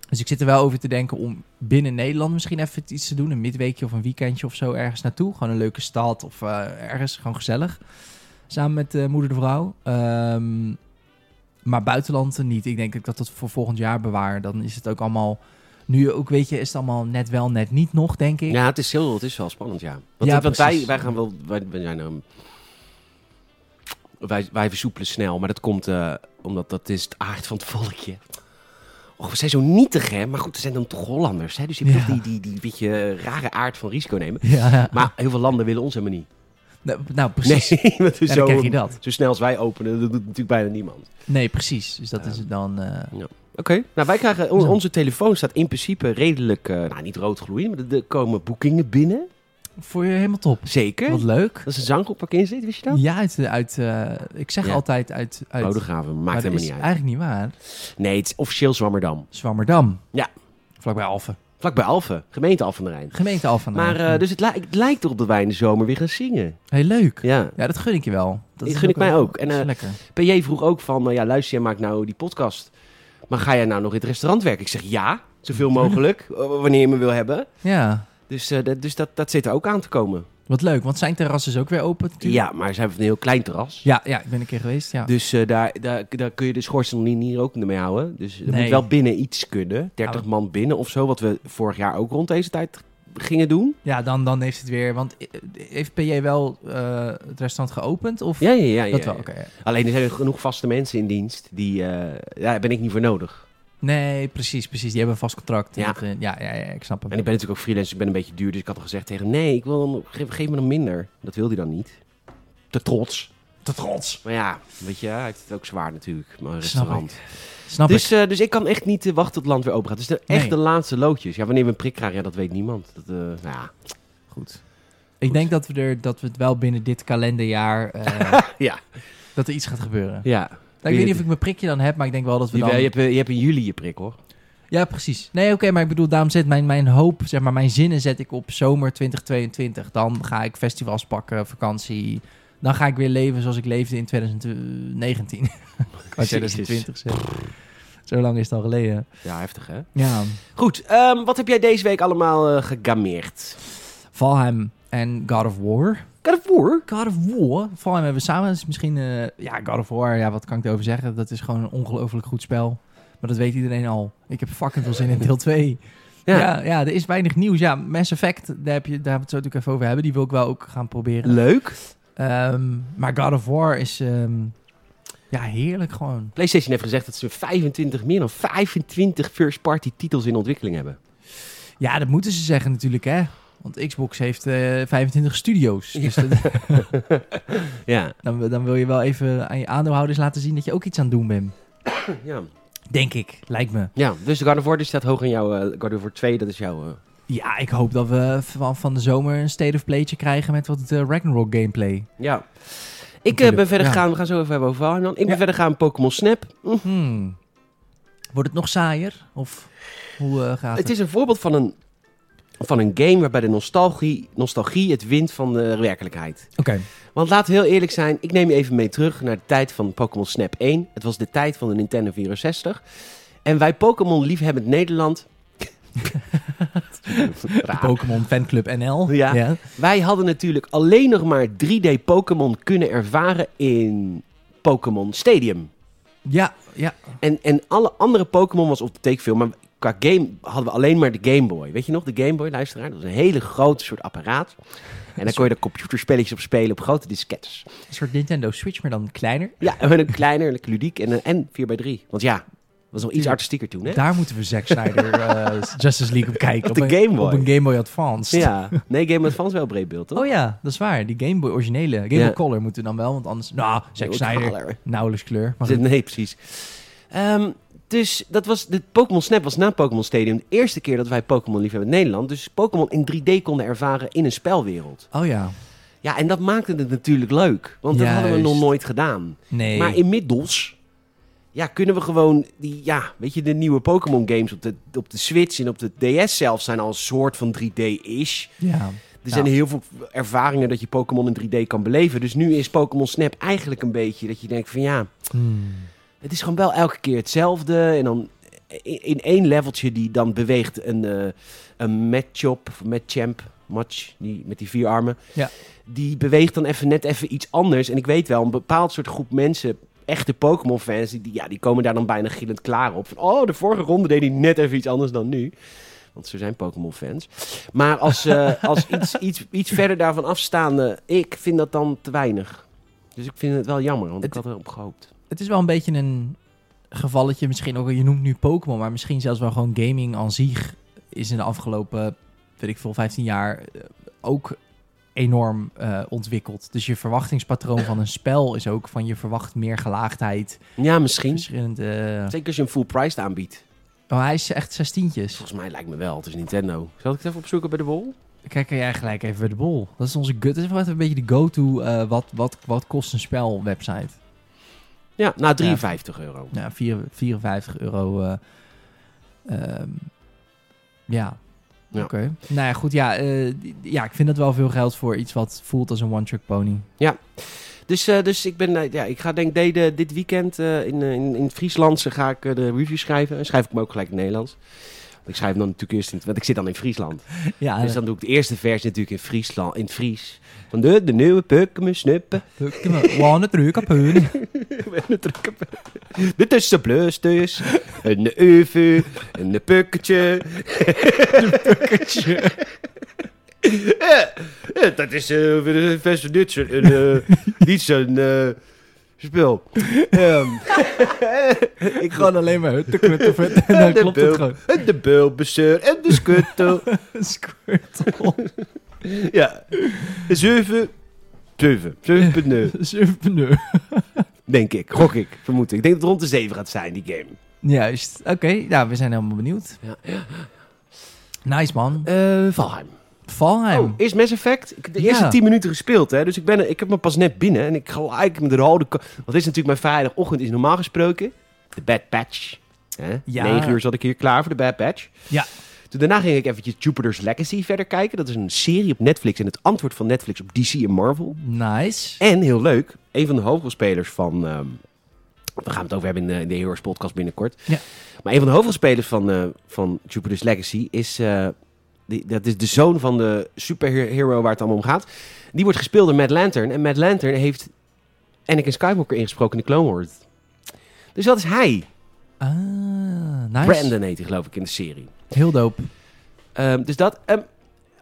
Speaker 2: dus ik zit er wel over te denken om binnen Nederland misschien even iets te doen. Een midweekje of een weekendje of zo ergens naartoe. Gewoon een leuke stad of eh, ergens. Gewoon gezellig. Samen met eh, moeder de vrouw. Ehm, maar buitenland niet. Ik denk dat ik dat tot voor volgend jaar bewaar. Dan is het ook allemaal... Nu ook, weet je, is het allemaal net wel, net niet nog, denk ik.
Speaker 1: Ja, het is, heel, het is wel spannend, ja. Want,
Speaker 2: Ja,
Speaker 1: want wij,
Speaker 2: precies.
Speaker 1: wij gaan wel... Wij, wij zijn, ehm, wij, wij versoepelen snel, maar dat komt eh, omdat dat is het aard van het volkje. Och, we zijn zo nietig, hè? Maar goed, we zijn dan toch Hollanders, hè? Dus je moet
Speaker 2: Ja.
Speaker 1: toch die, die, die beetje rare aard van risico nemen.
Speaker 2: Ja.
Speaker 1: Maar heel veel landen willen ons helemaal niet.
Speaker 2: Nou, nou, precies.
Speaker 1: Nee, want we
Speaker 2: En dan
Speaker 1: zo,
Speaker 2: krijg je dat.
Speaker 1: zo snel als wij openen, dat doet natuurlijk bijna niemand.
Speaker 2: Nee, precies. Dus dat
Speaker 1: Ehm.
Speaker 2: is het dan. eh,
Speaker 1: Oké, nou wij krijgen, on-
Speaker 2: Zo.
Speaker 1: onze telefoon staat in principe redelijk, eh, nou niet rood gloeiend, maar er- er komen boekingen binnen.
Speaker 2: voor je helemaal top.
Speaker 1: Zeker.
Speaker 2: Wat leuk.
Speaker 1: Dat is een zanggroep waar ik in zit, wist je dat?
Speaker 2: Ja, uit, uit eh, ik zeg
Speaker 1: Ja.
Speaker 2: altijd uit. uit
Speaker 1: Oh, de graven, maakt
Speaker 2: maar dat
Speaker 1: helemaal
Speaker 2: is
Speaker 1: niet uit.
Speaker 2: Eigenlijk niet waar.
Speaker 1: Nee, het is officieel Zwammerdam.
Speaker 2: Zwammerdam.
Speaker 1: Ja.
Speaker 2: Vlakbij Alphen.
Speaker 1: Vlakbij Alphen, gemeente Alphen aan de Rijn.
Speaker 2: Gemeente Alphen. aan de
Speaker 1: Maar
Speaker 2: Rijn.
Speaker 1: eh, dus het, li- het lijkt erop dat wij in de zomer weer gaan zingen.
Speaker 2: Heel leuk. Ja.
Speaker 1: Ja.
Speaker 2: dat gun ik je wel. Dat
Speaker 1: Die gun ik mij
Speaker 2: wel-
Speaker 1: ook. En,
Speaker 2: dat is
Speaker 1: eh,
Speaker 2: lekker.
Speaker 1: PJ vroeg ook van, nou ja luister, jij maakt nou die podcast. Maar ga jij nou nog in het restaurant werken? Ik zeg ja, zoveel mogelijk, eh, wanneer je me wil hebben.
Speaker 2: Ja.
Speaker 1: Dus, eh, dat- dus dat, dat zit er ook aan te komen.
Speaker 2: Wat leuk, want zijn terras is ook weer open natuurlijk.
Speaker 1: Ja, maar ze hebben een heel klein terras.
Speaker 2: Ja, ja, ik ben een keer geweest, ja.
Speaker 1: Dus eh, daar, daar, daar kun je de schoorsteen hier ook mee houden. Dus er
Speaker 2: Nee.
Speaker 1: moet wel binnen iets kunnen. 30
Speaker 2: Ja,
Speaker 1: man binnen of zo, wat we vorig jaar ook rond deze tijd gingen doen.
Speaker 2: Ja, dan, dan heeft het weer... Want eh, heeft PJ wel eh, het restaurant geopend? Of?
Speaker 1: Ja, ja, ja. ja,
Speaker 2: Dat
Speaker 1: ja.
Speaker 2: wel, oké. ja.
Speaker 1: Alleen er zijn genoeg vaste mensen in dienst. Die, eh, daar ben ik niet voor nodig.
Speaker 2: Nee, precies, precies. Die hebben een vast contract.
Speaker 1: Ja.
Speaker 2: Dat, eh, ja, ja, ja, ik snap hem.
Speaker 1: En ik ben natuurlijk ook freelance, ik ben een beetje duur. Dus ik had al gezegd tegen hem, nee, ik wil dan, geef, geef me dan minder. Dat wil hij dan niet. Te trots.
Speaker 2: te trots.
Speaker 1: Maar ja, weet je, hij heeft het ook zwaar natuurlijk, maar een
Speaker 2: Snap ik.
Speaker 1: restaurant.
Speaker 2: Snap ik.
Speaker 1: Dus, eh, dus ik kan echt niet eh, wachten tot het land weer open gaat. Het is de- echt
Speaker 2: Nee.
Speaker 1: de laatste loodjes. Ja, wanneer we een prik krijgen, ja, dat weet niemand. Dat, eh, nou ja,
Speaker 2: Goed. Ik denk dat we, er, dat we het wel binnen dit kalenderjaar... eh,
Speaker 1: Ja.
Speaker 2: Dat er iets gaat gebeuren.
Speaker 1: ja.
Speaker 2: Nou, ik weet niet of ik mijn prikje dan heb, maar ik denk wel dat we
Speaker 1: Jawel,
Speaker 2: dan...
Speaker 1: je, hebt, eh, je hebt in juli je prik, hoor.
Speaker 2: Ja, precies. Nee, oké, maar ik bedoel, daarom zet mijn, mijn hoop, zeg maar, mijn zinnen zet ik op zomer 2022. Dan ga ik festivals pakken, vakantie. Dan ga ik weer leven zoals ik leefde in 2019. Ik wou 2020 zeggen. Zo lang is het al geleden.
Speaker 1: Ja, heftig, hè?
Speaker 2: Ja.
Speaker 1: Goed, ehm, wat heb jij deze week allemaal eh, gegameerd?
Speaker 2: Valheim en God of War.
Speaker 1: God of War?
Speaker 2: God of War. Valheim hebben we samen. Dat is misschien, eh, ja, God of War, ja, wat kan ik erover zeggen? Dat is gewoon een ongelooflijk goed spel. Maar dat weet iedereen al. Ik heb fucking veel zin in deel 2. Ja.
Speaker 1: Ja.
Speaker 2: Ja, er is weinig nieuws. Ja, Mass Effect, daar, heb je, daar hebben we het zo natuurlijk even over hebben. Die wil ik wel ook gaan proberen.
Speaker 1: Leuk.
Speaker 2: Ehm, maar God of War is ehm, ja, heerlijk gewoon.
Speaker 1: PlayStation heeft gezegd dat ze 25, meer dan 25 first-party titels in ontwikkeling hebben.
Speaker 2: Ja, dat moeten ze zeggen natuurlijk, hè. Want Xbox heeft eh, 25 studio's. Dus dat-
Speaker 1: Ja.
Speaker 2: dan, dan wil je wel even aan je aandeelhouders laten zien dat je ook iets aan het doen bent.
Speaker 1: Ja,
Speaker 2: Denk ik, lijkt me.
Speaker 1: ja dus God of War die staat hoog in jouw... eh, God of War 2, dat is jouw... eh,
Speaker 2: Ja, ik hoop dat we van, van de zomer een state of playtje krijgen met wat eh, Ragnarok gameplay.
Speaker 1: Ja. Ik eh,
Speaker 2: Natuurlijk,
Speaker 1: ben verder
Speaker 2: ja.
Speaker 1: gegaan, we gaan zo even hebben over Valheim dan. Ik ben
Speaker 2: Ja.
Speaker 1: verder gegaan Pokémon Snap. Hm.
Speaker 2: Hmm. Wordt het nog saaier? Of hoe eh, gaat het?
Speaker 1: Het is een voorbeeld van een, van een game waarbij de nostalgie, nostalgie het wint van de werkelijkheid.
Speaker 2: Oké.
Speaker 1: Want laten we heel eerlijk zijn, ik neem je even mee terug naar de tijd van Pokémon Snap 1. Het was de tijd van de Nintendo 64. En wij Pokémon liefhebbend Nederland...
Speaker 2: De
Speaker 1: Raar.
Speaker 2: Pokémon Fanclub NL.
Speaker 1: Ja. Wij hadden natuurlijk alleen nog maar 3D Pokémon kunnen ervaren in Pokémon Stadium.
Speaker 2: Ja, ja.
Speaker 1: En, en alle andere Pokémon was op de tekenfilm. Maar qua game hadden we alleen maar de Game Boy. Weet je nog, de Game Boy, luisteraar? Dat was een hele groot soort apparaat. En daar kon je er computerspelletjes op spelen op grote diskettes.
Speaker 2: Een soort Nintendo Switch, maar dan kleiner.
Speaker 1: Ja, en een kleiner, lekker ludiek en, een- en 4x3. Want ja, was nog iets artistieker toen, hè?
Speaker 2: Daar moeten we Zack Snyder eh, Justice League op kijken.
Speaker 1: Op de
Speaker 2: een,
Speaker 1: Game Boy.
Speaker 2: Op een Game Boy Advance.
Speaker 1: Ja, nee, Game Advance wel breed beeld, toch?
Speaker 2: Oh ja, dat is waar. Die Game Boy originele. Game
Speaker 1: Ja.
Speaker 2: Boy Color moeten we dan wel, want anders... Nou, Zack
Speaker 1: Heel
Speaker 2: Snyder,
Speaker 1: kaler.
Speaker 2: nauwelijks kleur. Maar
Speaker 1: Zit-
Speaker 2: goed.
Speaker 1: Nee, precies. Ehm, dus dat was, de Pokémon Snap was na Pokémon Stadium de eerste keer dat wij Pokémon liefhebben in Nederland. Dus Pokémon in 3D konden ervaren in een spelwereld.
Speaker 2: Oh ja.
Speaker 1: Ja, en dat maakte het natuurlijk leuk. Want dat hadden we
Speaker 2: Juist.
Speaker 1: nog nooit gedaan.
Speaker 2: Nee.
Speaker 1: Maar inmiddels ja, kunnen we gewoon... Die, ja, weet je, de nieuwe Pokémon games op de, op de Switch en op de DS zelf zijn al een soort van 3D-ish.
Speaker 2: Ja.
Speaker 1: Er zijn
Speaker 2: Ja.
Speaker 1: heel veel ervaringen dat je Pokémon in 3D kan beleven. Dus nu is Pokémon Snap eigenlijk een beetje dat je denkt van ja...
Speaker 2: Hmm.
Speaker 1: Het is gewoon wel elke keer hetzelfde. En dan in, in één leveltje die dan beweegt een, eh een matchop, of matchamp, match, die, met die vier armen.
Speaker 2: Ja.
Speaker 1: Die beweegt dan even net even iets anders. En ik weet wel, een bepaald soort groep mensen, echte Pokémon-fans, die, die- ja, die komen daar dan bijna gillend klaar op. Van, oh, de vorige ronde deed hij net even iets anders dan nu. Want ze zijn Pokémon-fans. Maar als, eh, als iets, iets, iets verder daarvan afstaande, ik vind dat dan te weinig. Dus ik vind het wel jammer, want ik
Speaker 2: Het-
Speaker 1: had erop gehoopt.
Speaker 2: Het is wel een beetje een gevalletje misschien ook. Je noemt nu Pokémon, maar misschien zelfs wel gewoon gaming aan zich is in de afgelopen, weet ik veel, 15 jaar eh, ook enorm eh, ontwikkeld. Dus je verwachtingspatroon van een spel is ook van je verwacht meer gelaagdheid,
Speaker 1: Ja, misschien.
Speaker 2: verschillende...
Speaker 1: Zeker als je een full price aanbiedt.
Speaker 2: Oh, hij is echt zestientjes.
Speaker 1: Volgens mij lijkt me wel. Het is Nintendo. Zal ik het even opzoeken bij de Wol?
Speaker 2: Kijk er jij gelijk even bij de bol. Dat is onze gut. Dat is wel even een beetje de go-to eh, wat, wat, wat kost een spel website.
Speaker 1: Ja, nou 53 euro.
Speaker 2: Ja, vier- 54 euro. eh, ehm, ja.
Speaker 1: Ja.
Speaker 2: Oké. Nou ja, goed. Ja, eh, die- die- ja, ik vind dat wel veel geld voor iets wat voelt als een one-trick pony.
Speaker 1: Dus, eh, dus ik ben, eh, ja, ik ga denk ik de- dit eh, weekend eh, in, eh, in, in het Frieslandse ga ik eh, de review schrijven. En schrijf ik me ook gelijk in het Nederlands. Want ik schrijf hem dan natuurlijk eerst in het, want ik zit dan in Friesland.
Speaker 2: Ja,
Speaker 1: Dus dan doe ik het eerste vers natuurlijk in Friesland, in het Fries. Van de, de nieuwe pukken me snuppen.
Speaker 2: het
Speaker 1: Met een drukke pukken. Dit is de blus dus. Een uvu, een pukketje. Ja, ja, dat is eh, weer best niet zo'n eh, niet zo'n, eh, spul. Ehm, ik ga
Speaker 2: Gewoon alleen maar hutte, kutte, futte. En dan
Speaker 1: de
Speaker 2: klopt het
Speaker 1: bul-
Speaker 2: gewoon.
Speaker 1: en de bulbezeur en de skuttel.
Speaker 2: Squirtle.
Speaker 1: ja. Zeven. Zeven. 7.0,
Speaker 2: Surpreneur.
Speaker 1: denk ik. Gok ik, vermoed ik. Ik denk dat het rond de 7 gaat zijn, die game.
Speaker 2: Juist. Oké, ja, we zijn helemaal benieuwd.
Speaker 1: Ja.
Speaker 2: Nice, man.
Speaker 1: Eh, Valheim.
Speaker 2: Valheim.
Speaker 1: Oh, eerst Mass Effect. Ik heb de eerste
Speaker 2: Ja.
Speaker 1: 10 minuten gespeeld, hè. Dus ik, ben, er- ik heb me pas net binnen en ik ga eigenlijk met de rode... ka- Want dit is natuurlijk mijn vrijdagochtend, is normaal gesproken. De Bad Patch. Hè?
Speaker 2: Ja.
Speaker 1: 9 uur zat ik hier klaar voor de Bad Patch.
Speaker 2: Ja.
Speaker 1: Toen daarna ging ik eventjes Jupiter's Legacy verder kijken. Dat is een serie op Netflix en het antwoord van Netflix op DC en Marvel.
Speaker 2: Nice.
Speaker 1: En heel leuk, een van de hoofdrolspelers van. ehm, we gaan het over hebben in, eh, in de Heroes podcast binnenkort.
Speaker 2: Ja.
Speaker 1: Maar een van de hoofdrolspelers van, eh, van Jupiter's Legacy is. eh, die, dat is de zoon van de superhero waar het allemaal om gaat. Die wordt gespeeld door Matt Lantern. En Matt Lantern heeft Anakin Skywalker ingesproken in de Clone Wars. Dus dat is hij.
Speaker 2: Ah, nice.
Speaker 1: Brandon heet hij, geloof ik, in de serie.
Speaker 2: Heel dope.
Speaker 1: Ehm, dus dat. ehm,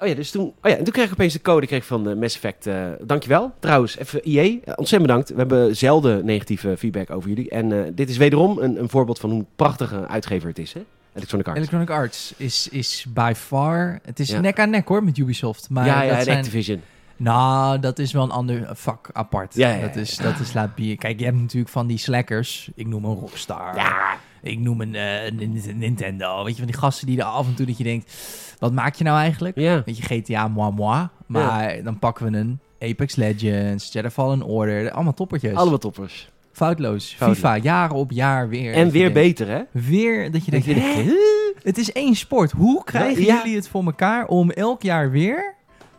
Speaker 1: oh ja, dus toen. Oh ja, en toen kreeg ik opeens de code kreeg ik van eh, Mass Effect. eh, dankjewel. Trouwens, even IE. eh, ontzettend bedankt. We hebben zelden negatieve feedback over jullie. En eh, dit is wederom een, een voorbeeld van hoe een prachtige uitgever het is, hè? Electronic Arts.
Speaker 2: Electronic Arts is, is by far... Het is
Speaker 1: Ja.
Speaker 2: nek aan nek hoor met Ubisoft. Maar
Speaker 1: ja, ja,
Speaker 2: dat
Speaker 1: en
Speaker 2: zijn,
Speaker 1: Activision.
Speaker 2: Nou, dat is wel een ander vak apart.
Speaker 1: Ja, ja, ja.
Speaker 2: Dat is, dat is laat bier. Kijk, je hebt natuurlijk van die slackers. Ik noem een Rockstar.
Speaker 1: Ja,
Speaker 2: Ik noem een eh, Nin- Nintendo. Weet je, van die gasten die er af en toe dat je denkt... Wat maak je nou eigenlijk?
Speaker 1: ja.
Speaker 2: Weet je, GTA moi moi. Maar dan pakken we een Apex Legends, Jedi Fallen Order. Allemaal toppertjes.
Speaker 1: Allemaal toppers.
Speaker 2: Foutloos.
Speaker 1: Foutloos.
Speaker 2: FIFA, jaar op jaar weer.
Speaker 1: en
Speaker 2: Dat je
Speaker 1: weer
Speaker 2: denkt-
Speaker 1: beter, hè?
Speaker 2: Weer dat je denkt,
Speaker 1: Dat je denkt,
Speaker 2: "Hè? het is één sport. Hoe krijgen
Speaker 1: Ja.
Speaker 2: jullie het voor elkaar om elk jaar weer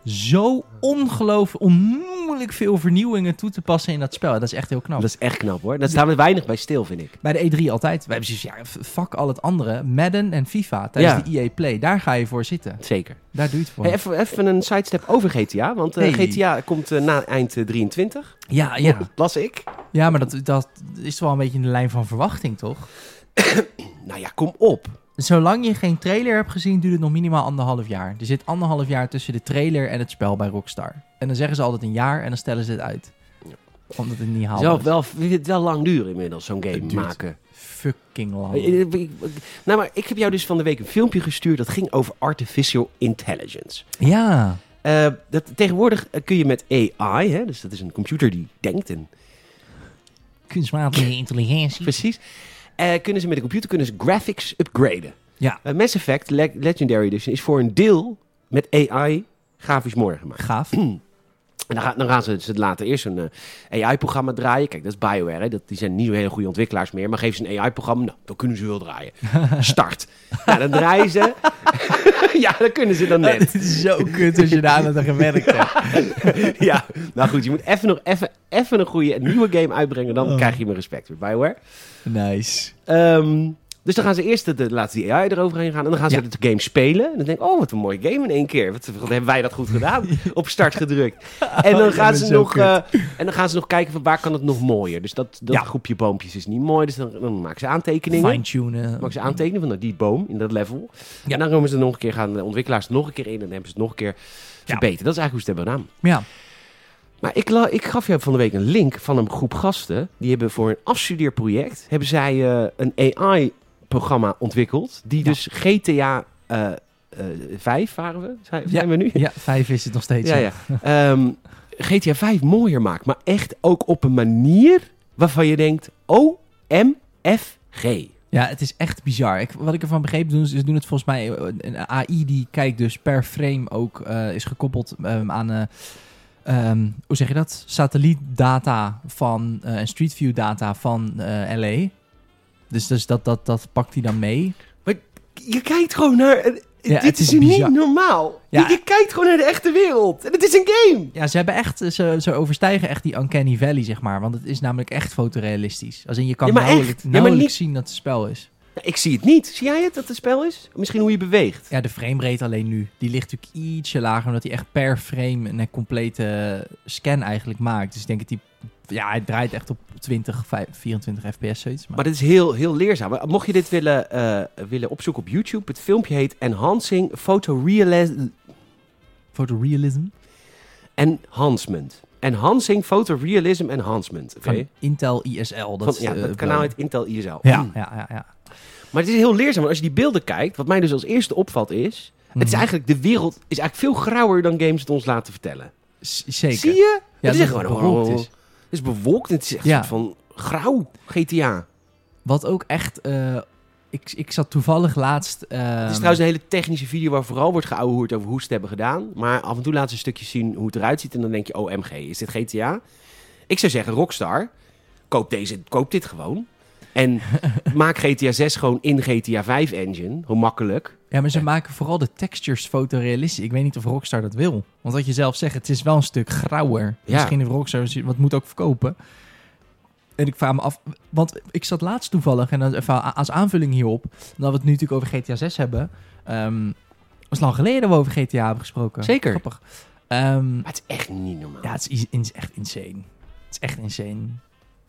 Speaker 2: zo ongelooflijk onmoeilijk veel vernieuwingen toe te passen in dat spel? Dat is echt heel knap.
Speaker 1: Dat is echt knap, hoor. Daar staan we weinig bij stil, vind ik.
Speaker 2: Bij de E3 altijd. We hebben zoiets, ja, f- fuck al het andere. Madden en FIFA tijdens
Speaker 1: Ja.
Speaker 2: de EA Play. Daar ga je voor zitten.
Speaker 1: Zeker.
Speaker 2: Daar doe je het voor.
Speaker 1: Hey, even, even een sidestep over GTA, want eh,
Speaker 2: Nee.
Speaker 1: GTA komt eh, na eind eh, 23.
Speaker 2: Ja, ja.
Speaker 1: Las ik.
Speaker 2: ja, maar dat, dat is wel een beetje in de lijn van verwachting, toch?
Speaker 1: Nou ja, kom op.
Speaker 2: Zolang je geen trailer hebt gezien, duurt het nog minimaal anderhalf jaar. Er zit anderhalf jaar tussen de trailer en het spel bij Rockstar. En dan zeggen ze altijd een jaar en dan stellen ze het uit. Omdat het niet haalbaar
Speaker 1: Zelf
Speaker 2: is.
Speaker 1: wel, vind het wel lang duren inmiddels, zo'n game
Speaker 2: Het duurt.
Speaker 1: maken.
Speaker 2: Fucking lang.
Speaker 1: Eh, eh, ik- ik- Nou, maar ik heb jou dus van de week een filmpje gestuurd dat ging over artificial intelligence.
Speaker 2: Ja.
Speaker 1: Eh, dat, tegenwoordig eh, kun je met AI, hè, dus dat is een computer die denkt en
Speaker 2: Kunstmatige intelligentie.
Speaker 1: precies, eh, kunnen ze met een computer kunnen ze graphics upgraden.
Speaker 2: Ja.
Speaker 1: Eh, Mass Effect Le- Legendary Edition is voor een deel met AI grafisch mooi gemaakt.
Speaker 2: Gaaf.
Speaker 1: En dan, ga- dan gaan ze dus later eerst een AI-programma draaien. Kijk, dat is BioWare. Hè? Dat, die zijn niet zo hele goede ontwikkelaars meer. Maar geef ze een AI-programma, nou, dan kunnen ze wel draaien. Start. Nou, dan draaien ze. ja, dan kunnen ze dan net.
Speaker 2: Dit is zo kut als je daar aan het gewerkt hebt.
Speaker 1: ja, nou goed, je moet even nog even, even een goede een nieuwe game uitbrengen. Dan
Speaker 2: Oh.
Speaker 1: krijg je mijn respect voor BioWare.
Speaker 2: Nice.
Speaker 1: Ehm, dus dan gaan ze eerst de, de, laten die AI eroverheen gaan. En dan gaan ze
Speaker 2: Ja.
Speaker 1: de game spelen. En dan denk ik, oh, wat een mooie game in één keer. Wat, wat hebben wij dat goed gedaan? Op start gedrukt. En
Speaker 2: Jij
Speaker 1: dan, gaan
Speaker 2: bent
Speaker 1: ze
Speaker 2: zo
Speaker 1: nog,
Speaker 2: kut.
Speaker 1: eh, en dan gaan ze nog kijken van waar kan het nog mooier. Dus dat, dat
Speaker 2: Ja.
Speaker 1: groepje boompjes is niet mooi. Dus dan, dan maken ze aantekeningen.
Speaker 2: Fine-tunen.
Speaker 1: Maken ze aantekenen van nou, die boom in dat level.
Speaker 2: Ja.
Speaker 1: En dan komen ze nog een keer, gaan de ontwikkelaars nog een keer in. En dan hebben ze het nog een keer verbeterd. Dat is eigenlijk hoe ze het hebben gedaan.
Speaker 2: Ja.
Speaker 1: Maar ik, la- ik gaf jou van de week een link van een groep gasten. Die hebben voor een afstudeerproject hebben zij eh, een AI-programma ontwikkeld. Die
Speaker 2: Ja.
Speaker 1: dus GTA eh, eh, 5 waren we, zijn, zijn we nu?
Speaker 2: Ja, vijf is het nog steeds.
Speaker 1: Ja, ja. Ehm, GTA 5 mooier maakt. Maar echt ook op een manier waarvan je denkt: oh, OMFG.
Speaker 2: Ja, het is echt bizar. Ik, wat ik ervan begreep, doen, ze ze doen het volgens mij... eh, Een AI die kijkt dus per frame ook, eh, is gekoppeld ehm, aan... eh, ehm, hoe zeg je dat? Satellietdata van... eh, en Street View data van eh, LA. Dus, dus dat, dat, dat pakt hij dan mee.
Speaker 1: Je kijkt gewoon naar. eh,
Speaker 2: Ja,
Speaker 1: dit
Speaker 2: het
Speaker 1: is,
Speaker 2: is bizar.
Speaker 1: niet normaal.
Speaker 2: Ja.
Speaker 1: Je, je kijkt gewoon naar de echte wereld. En het is een game.
Speaker 2: Ja, ze hebben echt... Ze, ze overstijgen echt die Uncanny Valley, zeg maar. Want het is namelijk echt fotorealistisch. Als in, je kan
Speaker 1: Ja, maar
Speaker 2: nauwelijks,
Speaker 1: echt. Ja, maar
Speaker 2: nauwelijks
Speaker 1: niet-
Speaker 2: zien dat het spel is.
Speaker 1: Nou, ik zie het niet. Zie jij het, dat het spel is? Misschien hoe je beweegt.
Speaker 2: Ja, de framerate alleen nu. Die ligt natuurlijk ietsje lager, omdat hij echt per frame een eh, complete eh, scan eigenlijk maakt. Dus ik denk dat die... Ja, hij draait echt op 20, 25, 24 fps zoiets. Maar,
Speaker 1: Maar dit is heel, heel leerzaam. Maar Mocht je dit willen, eh, willen opzoeken op YouTube, het filmpje heet Enhancing Photorealism.
Speaker 2: photorealism
Speaker 1: Enhancement. Enhancing Photorealism Enhancement. Oké.
Speaker 2: van Intel ISL. Dat
Speaker 1: Van,
Speaker 2: is,
Speaker 1: ja,
Speaker 2: eh,
Speaker 1: dat kanaal
Speaker 2: belangrijk.
Speaker 1: heet Hmm. Intel ISL.
Speaker 2: Ja, ja, ja. ja.
Speaker 1: Maar het is heel leerzaam. Want als je die beelden kijkt, wat mij dus als eerste opvalt is... Het is
Speaker 2: Mhm.
Speaker 1: eigenlijk, de wereld is eigenlijk veel grauwer dan games het ons laten vertellen.
Speaker 2: Z- Zeker.
Speaker 1: Zie je?
Speaker 2: Ja,
Speaker 1: het is
Speaker 2: dat
Speaker 1: echt
Speaker 2: het
Speaker 1: gewoon
Speaker 2: bewolkt
Speaker 1: oh,
Speaker 2: is.
Speaker 1: Het is bewolkt en het is echt
Speaker 2: Ja.
Speaker 1: een soort van grauw GTA.
Speaker 2: Wat ook echt... eh, ik, ik zat toevallig laatst...
Speaker 1: het
Speaker 2: ehm,
Speaker 1: is trouwens een hele technische video waar vooral wordt geouwehoerd over hoe ze het hebben gedaan. Maar af en toe laten ze stukjes zien hoe het eruit ziet en dan denk je, OMG, is dit GTA? Ik zou zeggen, Rockstar, koop, deze, koop dit gewoon. En maak GTA 6 gewoon in GTA 5 engine. Hoe makkelijk.
Speaker 2: Ja, maar ze maken vooral de textures fotorealistisch. Ik weet niet of Rockstar dat wil. Want wat je zelf zegt, het is wel een stuk grauwer.
Speaker 1: Ja.
Speaker 2: Misschien heeft Rockstar wat moet ook verkopen. En ik vraag me af, want ik zat laatst toevallig, en dan even a- als aanvulling hierop, omdat we het nu natuurlijk over GTA 6 hebben. Ehm dat is lang geleden dat we over GTA hebben gesproken.
Speaker 1: Zeker.
Speaker 2: Grappig. Ehm,
Speaker 1: Maar het is echt niet normaal.
Speaker 2: ja, het is is- is echt insane. Het is echt insane.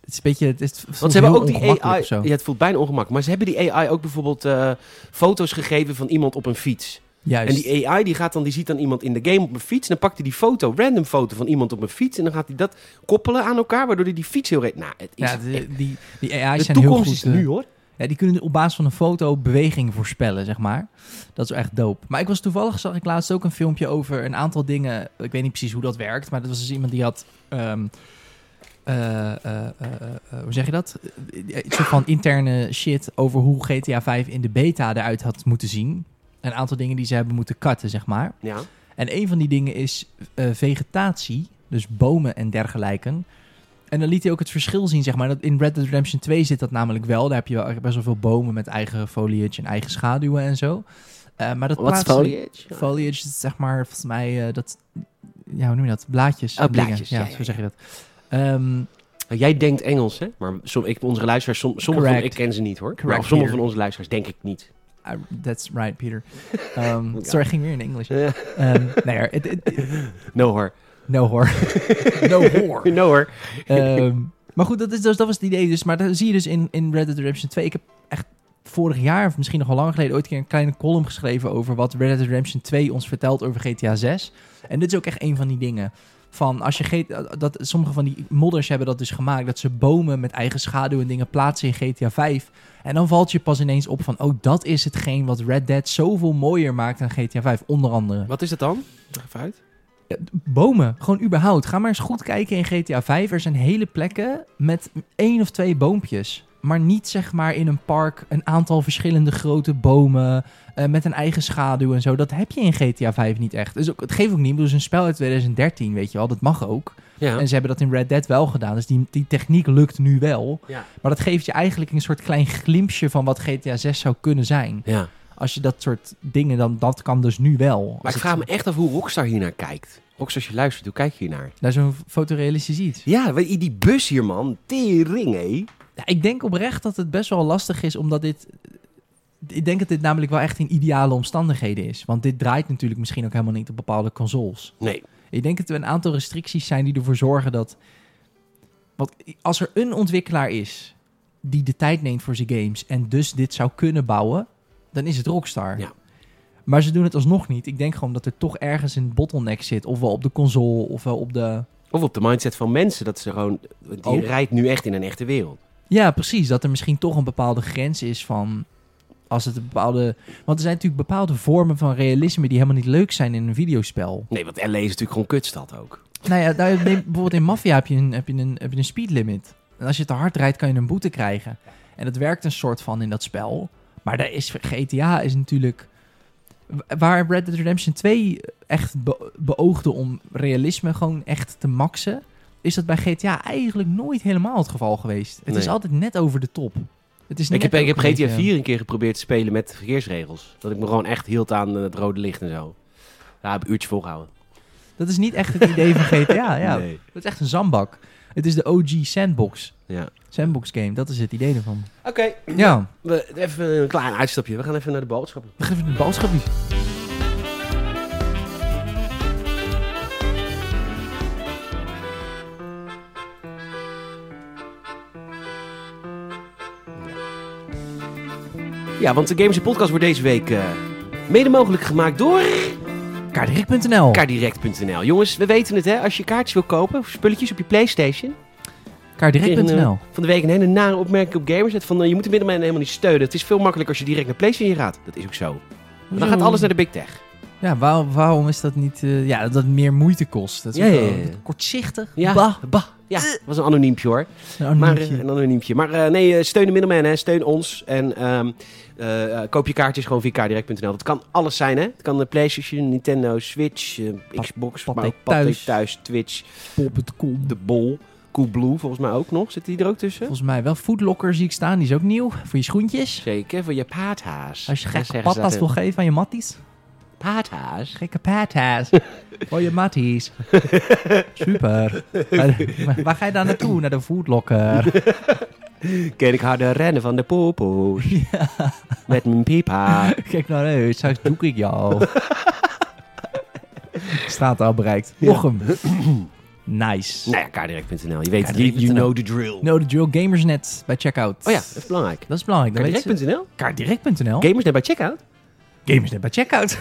Speaker 2: Het is een beetje, het is
Speaker 1: Want ze hebben ook die AI.
Speaker 2: Zo.
Speaker 1: Ja, het voelt bijna ongemakkelijk. Maar ze hebben die AI ook bijvoorbeeld eh, foto's gegeven van iemand op een fiets.
Speaker 2: Juist.
Speaker 1: En die AI die gaat dan, die ziet dan iemand in de game op een fiets. En dan pakt hij die foto, random foto van iemand op een fiets. En dan gaat hij dat koppelen aan elkaar, waardoor hij die fiets heel reed. Nou, het is.
Speaker 2: ja,
Speaker 1: echt-
Speaker 2: de- die, die AI's
Speaker 1: de
Speaker 2: zijn heel goed.
Speaker 1: toekomst is
Speaker 2: eh,
Speaker 1: nu hoor.
Speaker 2: Ja, die kunnen op basis van een foto beweging voorspellen, zeg maar. Dat is wel echt dope. Maar ik was toevallig, zag ik laatst ook een filmpje over een aantal dingen. Ik weet niet precies hoe dat werkt, maar dat was dus iemand die had... ehm, eh, eh, eh, eh, eh, hoe zeg je dat? Eh, Iets soort van interne shit over hoe GTA 5 in de beta eruit had moeten zien. Een aantal dingen die ze hebben moeten cutten, zeg maar.
Speaker 1: Ja.
Speaker 2: En een van die dingen is eh, vegetatie, dus bomen en dergelijke. En dan liet hij ook het verschil zien, zeg maar. Dat in Red Dead Redemption 2 zit dat namelijk wel. Daar heb je wel best wel veel bomen met eigen foliage en eigen schaduwen en zo. Eh, maar dat
Speaker 1: Wat
Speaker 2: plaatste-
Speaker 1: foliage? Ja.
Speaker 2: Foliage is zeg maar, volgens mij, eh, dat... Ja, hoe noem je dat? Blaadjes.
Speaker 1: Oh,
Speaker 2: en dingen.
Speaker 1: blaadjes,
Speaker 2: Ja,
Speaker 1: ja, ja,
Speaker 2: zo
Speaker 1: ja.
Speaker 2: zeg je dat. Ehm,
Speaker 1: Nou, Jij denkt Engels, hè? Maar som, ik, onze luisteraars, som, sommige van,
Speaker 2: Correct.
Speaker 1: ik ken ze niet hoor.
Speaker 2: Correct,
Speaker 1: maar sommige
Speaker 2: Peter.
Speaker 1: van onze luisteraars denk ik niet.
Speaker 2: I- ah, that's right, Peter. Ehm,
Speaker 1: Ja.
Speaker 2: Sorry, ik ging weer in Engels.
Speaker 1: Eh,
Speaker 2: Ehm nee, hoor. Het- het-
Speaker 1: no hoor.
Speaker 2: no hoor. no hoor.
Speaker 1: No hoor.
Speaker 2: Ehm, maar goed, dat, is, dus, dat was het idee. Dus, maar daar zie je dus in, in Red Dead Redemption 2. Ik heb echt vorig jaar, of misschien nog al lang geleden, ooit een keer een kleine column geschreven over wat Red Dead Redemption 2 ons vertelt over GTA 6. En dit is ook echt een van die dingen. Van als je GTA, dat, sommige van die modders hebben dat dus gemaakt. Dat ze bomen met eigen schaduw en dingen plaatsen in GTA 5. En dan valt je pas ineens op van, oh, dat is hetgeen wat Red Dead zoveel mooier maakt dan GTA 5. Onder andere.
Speaker 1: Wat is dat dan? Leg even uit.
Speaker 2: Ja, d- Bomen, gewoon überhaupt. Ga maar eens goed kijken in GTA 5. Er zijn hele plekken met één of twee boompjes. Maar niet zeg maar in een park een aantal verschillende grote bomen eh, met een eigen schaduw en zo. Dat heb je in GTA 5 niet echt. Dus ook, het geeft ook niet. Het is een spel uit 2013, weet je wel. Dat mag ook.
Speaker 1: Ja.
Speaker 2: En ze hebben dat in Red Dead wel gedaan. Dus die, die techniek lukt nu wel.
Speaker 1: Ja.
Speaker 2: Maar dat geeft je eigenlijk een soort klein glimpje van wat GTA 6 zou kunnen zijn.
Speaker 1: ja.
Speaker 2: Als je dat soort dingen dan, dat kan dus nu wel. Als
Speaker 1: Maar ik
Speaker 2: het-
Speaker 1: vraag me echt af hoe Rockstar hiernaar kijkt. Rockstar, als je luistert, hoe kijk je hiernaar?
Speaker 2: Naar zo'n fotorealistisch iets.
Speaker 1: Ja, weet je, die bus hier, man. Tering, hé.
Speaker 2: Ja, ik denk oprecht dat het best wel lastig is, omdat dit... Ik denk dat dit namelijk wel echt in ideale omstandigheden is. Want dit draait natuurlijk misschien ook helemaal niet op bepaalde consoles.
Speaker 1: Nee.
Speaker 2: Ik denk dat er een aantal restricties zijn die ervoor zorgen dat... Want als er een ontwikkelaar is die de tijd neemt voor zijn games en dus dit zou kunnen bouwen, dan is het Rockstar.
Speaker 1: Ja.
Speaker 2: Maar ze doen het alsnog niet. Ik denk gewoon dat er toch ergens een bottleneck zit. Ofwel op de console, ofwel op de...
Speaker 1: Of op de mindset van mensen, dat ze gewoon... Die
Speaker 2: Ook.
Speaker 1: rijdt nu echt in een echte wereld.
Speaker 2: Ja, precies. Dat er misschien toch een bepaalde grens is van. Als het een bepaalde. Want er zijn natuurlijk bepaalde vormen van realisme die helemaal niet leuk zijn in een videospel.
Speaker 1: Nee, want LA is natuurlijk gewoon kutstad ook.
Speaker 2: Nou ja, daar, neem- bijvoorbeeld in Mafia heb je, een, heb, je een, heb je een speed limit. En als je te hard rijdt, kan je een boete krijgen. En dat werkt een soort van in dat spel. Maar daar is, GTA is natuurlijk. wa- Waar Red Dead Redemption 2 echt be- beoogde om realisme gewoon echt te maxen, is dat bij GTA eigenlijk nooit helemaal het geval geweest. Het
Speaker 1: Nee.
Speaker 2: is altijd net over de top. Het is
Speaker 1: Ik
Speaker 2: net
Speaker 1: heb, ik
Speaker 2: ook
Speaker 1: heb
Speaker 2: een
Speaker 1: GTA
Speaker 2: beetje-
Speaker 1: 4 een keer geprobeerd te spelen met verkeersregels. Dat ik me gewoon echt hield aan eh, het rode licht en zo. Ja, heb ik een uurtje volgehouden.
Speaker 2: Dat is niet echt het idee van GTA. Ah, Ja.
Speaker 1: Nee.
Speaker 2: Dat is echt een zandbak. Het is de OG Sandbox.
Speaker 1: Ja.
Speaker 2: Sandbox game, dat is het idee ervan.
Speaker 1: Oké,
Speaker 2: Ja,
Speaker 1: we- even een klein uitstapje. We gaan even naar de boodschappen.
Speaker 2: we geven een boodschap niet.
Speaker 1: Ja, want de Gamers Podcast wordt deze week eh, mede mogelijk gemaakt door
Speaker 2: Oh. Kaartdirect.nl.
Speaker 1: kaardirect.nl. Jongens, we weten het hè, als je kaartjes wil kopen of spulletjes op je Playstation. kreeg een,
Speaker 2: Kaartdirect.nl.
Speaker 1: eh, Van de week een hele nare opmerking op Gamerset van eh, je moet de middenman helemaal niet steunen. Het is veel makkelijker als je direct naar PlayStation gaat. Dat is ook zo. Maar dan gaat alles naar de big tech.
Speaker 2: Ja, waar- waarom is dat niet... eh, ja, dat dat meer moeite kost. Dat is
Speaker 1: Ja,
Speaker 2: ook
Speaker 1: ja,
Speaker 2: wel
Speaker 1: ja, ja.
Speaker 2: Kortzichtig.
Speaker 1: Ja,
Speaker 2: Bah. Nou,
Speaker 1: bah. Ja, was een anoniempje hoor.
Speaker 2: Eh. Een
Speaker 1: Maar,
Speaker 2: anoniempje.
Speaker 1: eh, een anoniempje. Maar eh, nee, eh, steun de middelman, hè. steun ons. En ehm, eh, eh, koop je kaartjes gewoon via kaardirect.nl. Dat kan alles zijn, hè. Het kan de PlayStation, Nintendo, Switch, eh, Xbox,
Speaker 2: Pathé
Speaker 1: maar ook
Speaker 2: Thuis.
Speaker 1: thuis. thuis, Twitch,
Speaker 2: Pop.com.
Speaker 1: De Bol, Coolblue volgens mij ook nog. Zit die er ook tussen?
Speaker 2: Volgens mij wel Foodlocker zie ik staan. Die is ook nieuw. Voor je schoentjes.
Speaker 1: Zeker, voor je paardhaas.
Speaker 2: Als je
Speaker 1: Dat
Speaker 2: gekke
Speaker 1: zeggen ze
Speaker 2: patas
Speaker 1: dat,
Speaker 2: wil geven aan je matties.
Speaker 1: hè. Paardhaas?
Speaker 2: Gekke patas. Voor je matties. Super. Maar- maar waar ga je dan naartoe? Naar de Foodlocker.
Speaker 1: Ken ik harder rennen van de popo's. Met mijn pipa.
Speaker 2: Kijk nou uit. Straks doek ik jou. Staat al bereikt. Nog hem. Nice.
Speaker 1: nou ja, kaardirect.nl. Je weet, het, you,
Speaker 2: Kaardirect.nl.
Speaker 1: you know the drill.
Speaker 2: No, de Drill Gamers net bij checkout.
Speaker 1: Oh ja, dat is belangrijk.
Speaker 2: Dat is Oh. belangrijk. Dan weet ze-
Speaker 1: Kaardirect.nl?
Speaker 2: Kaartdirect.nl.
Speaker 1: Gamers net bij checkout?
Speaker 2: Gamers net bij checkout.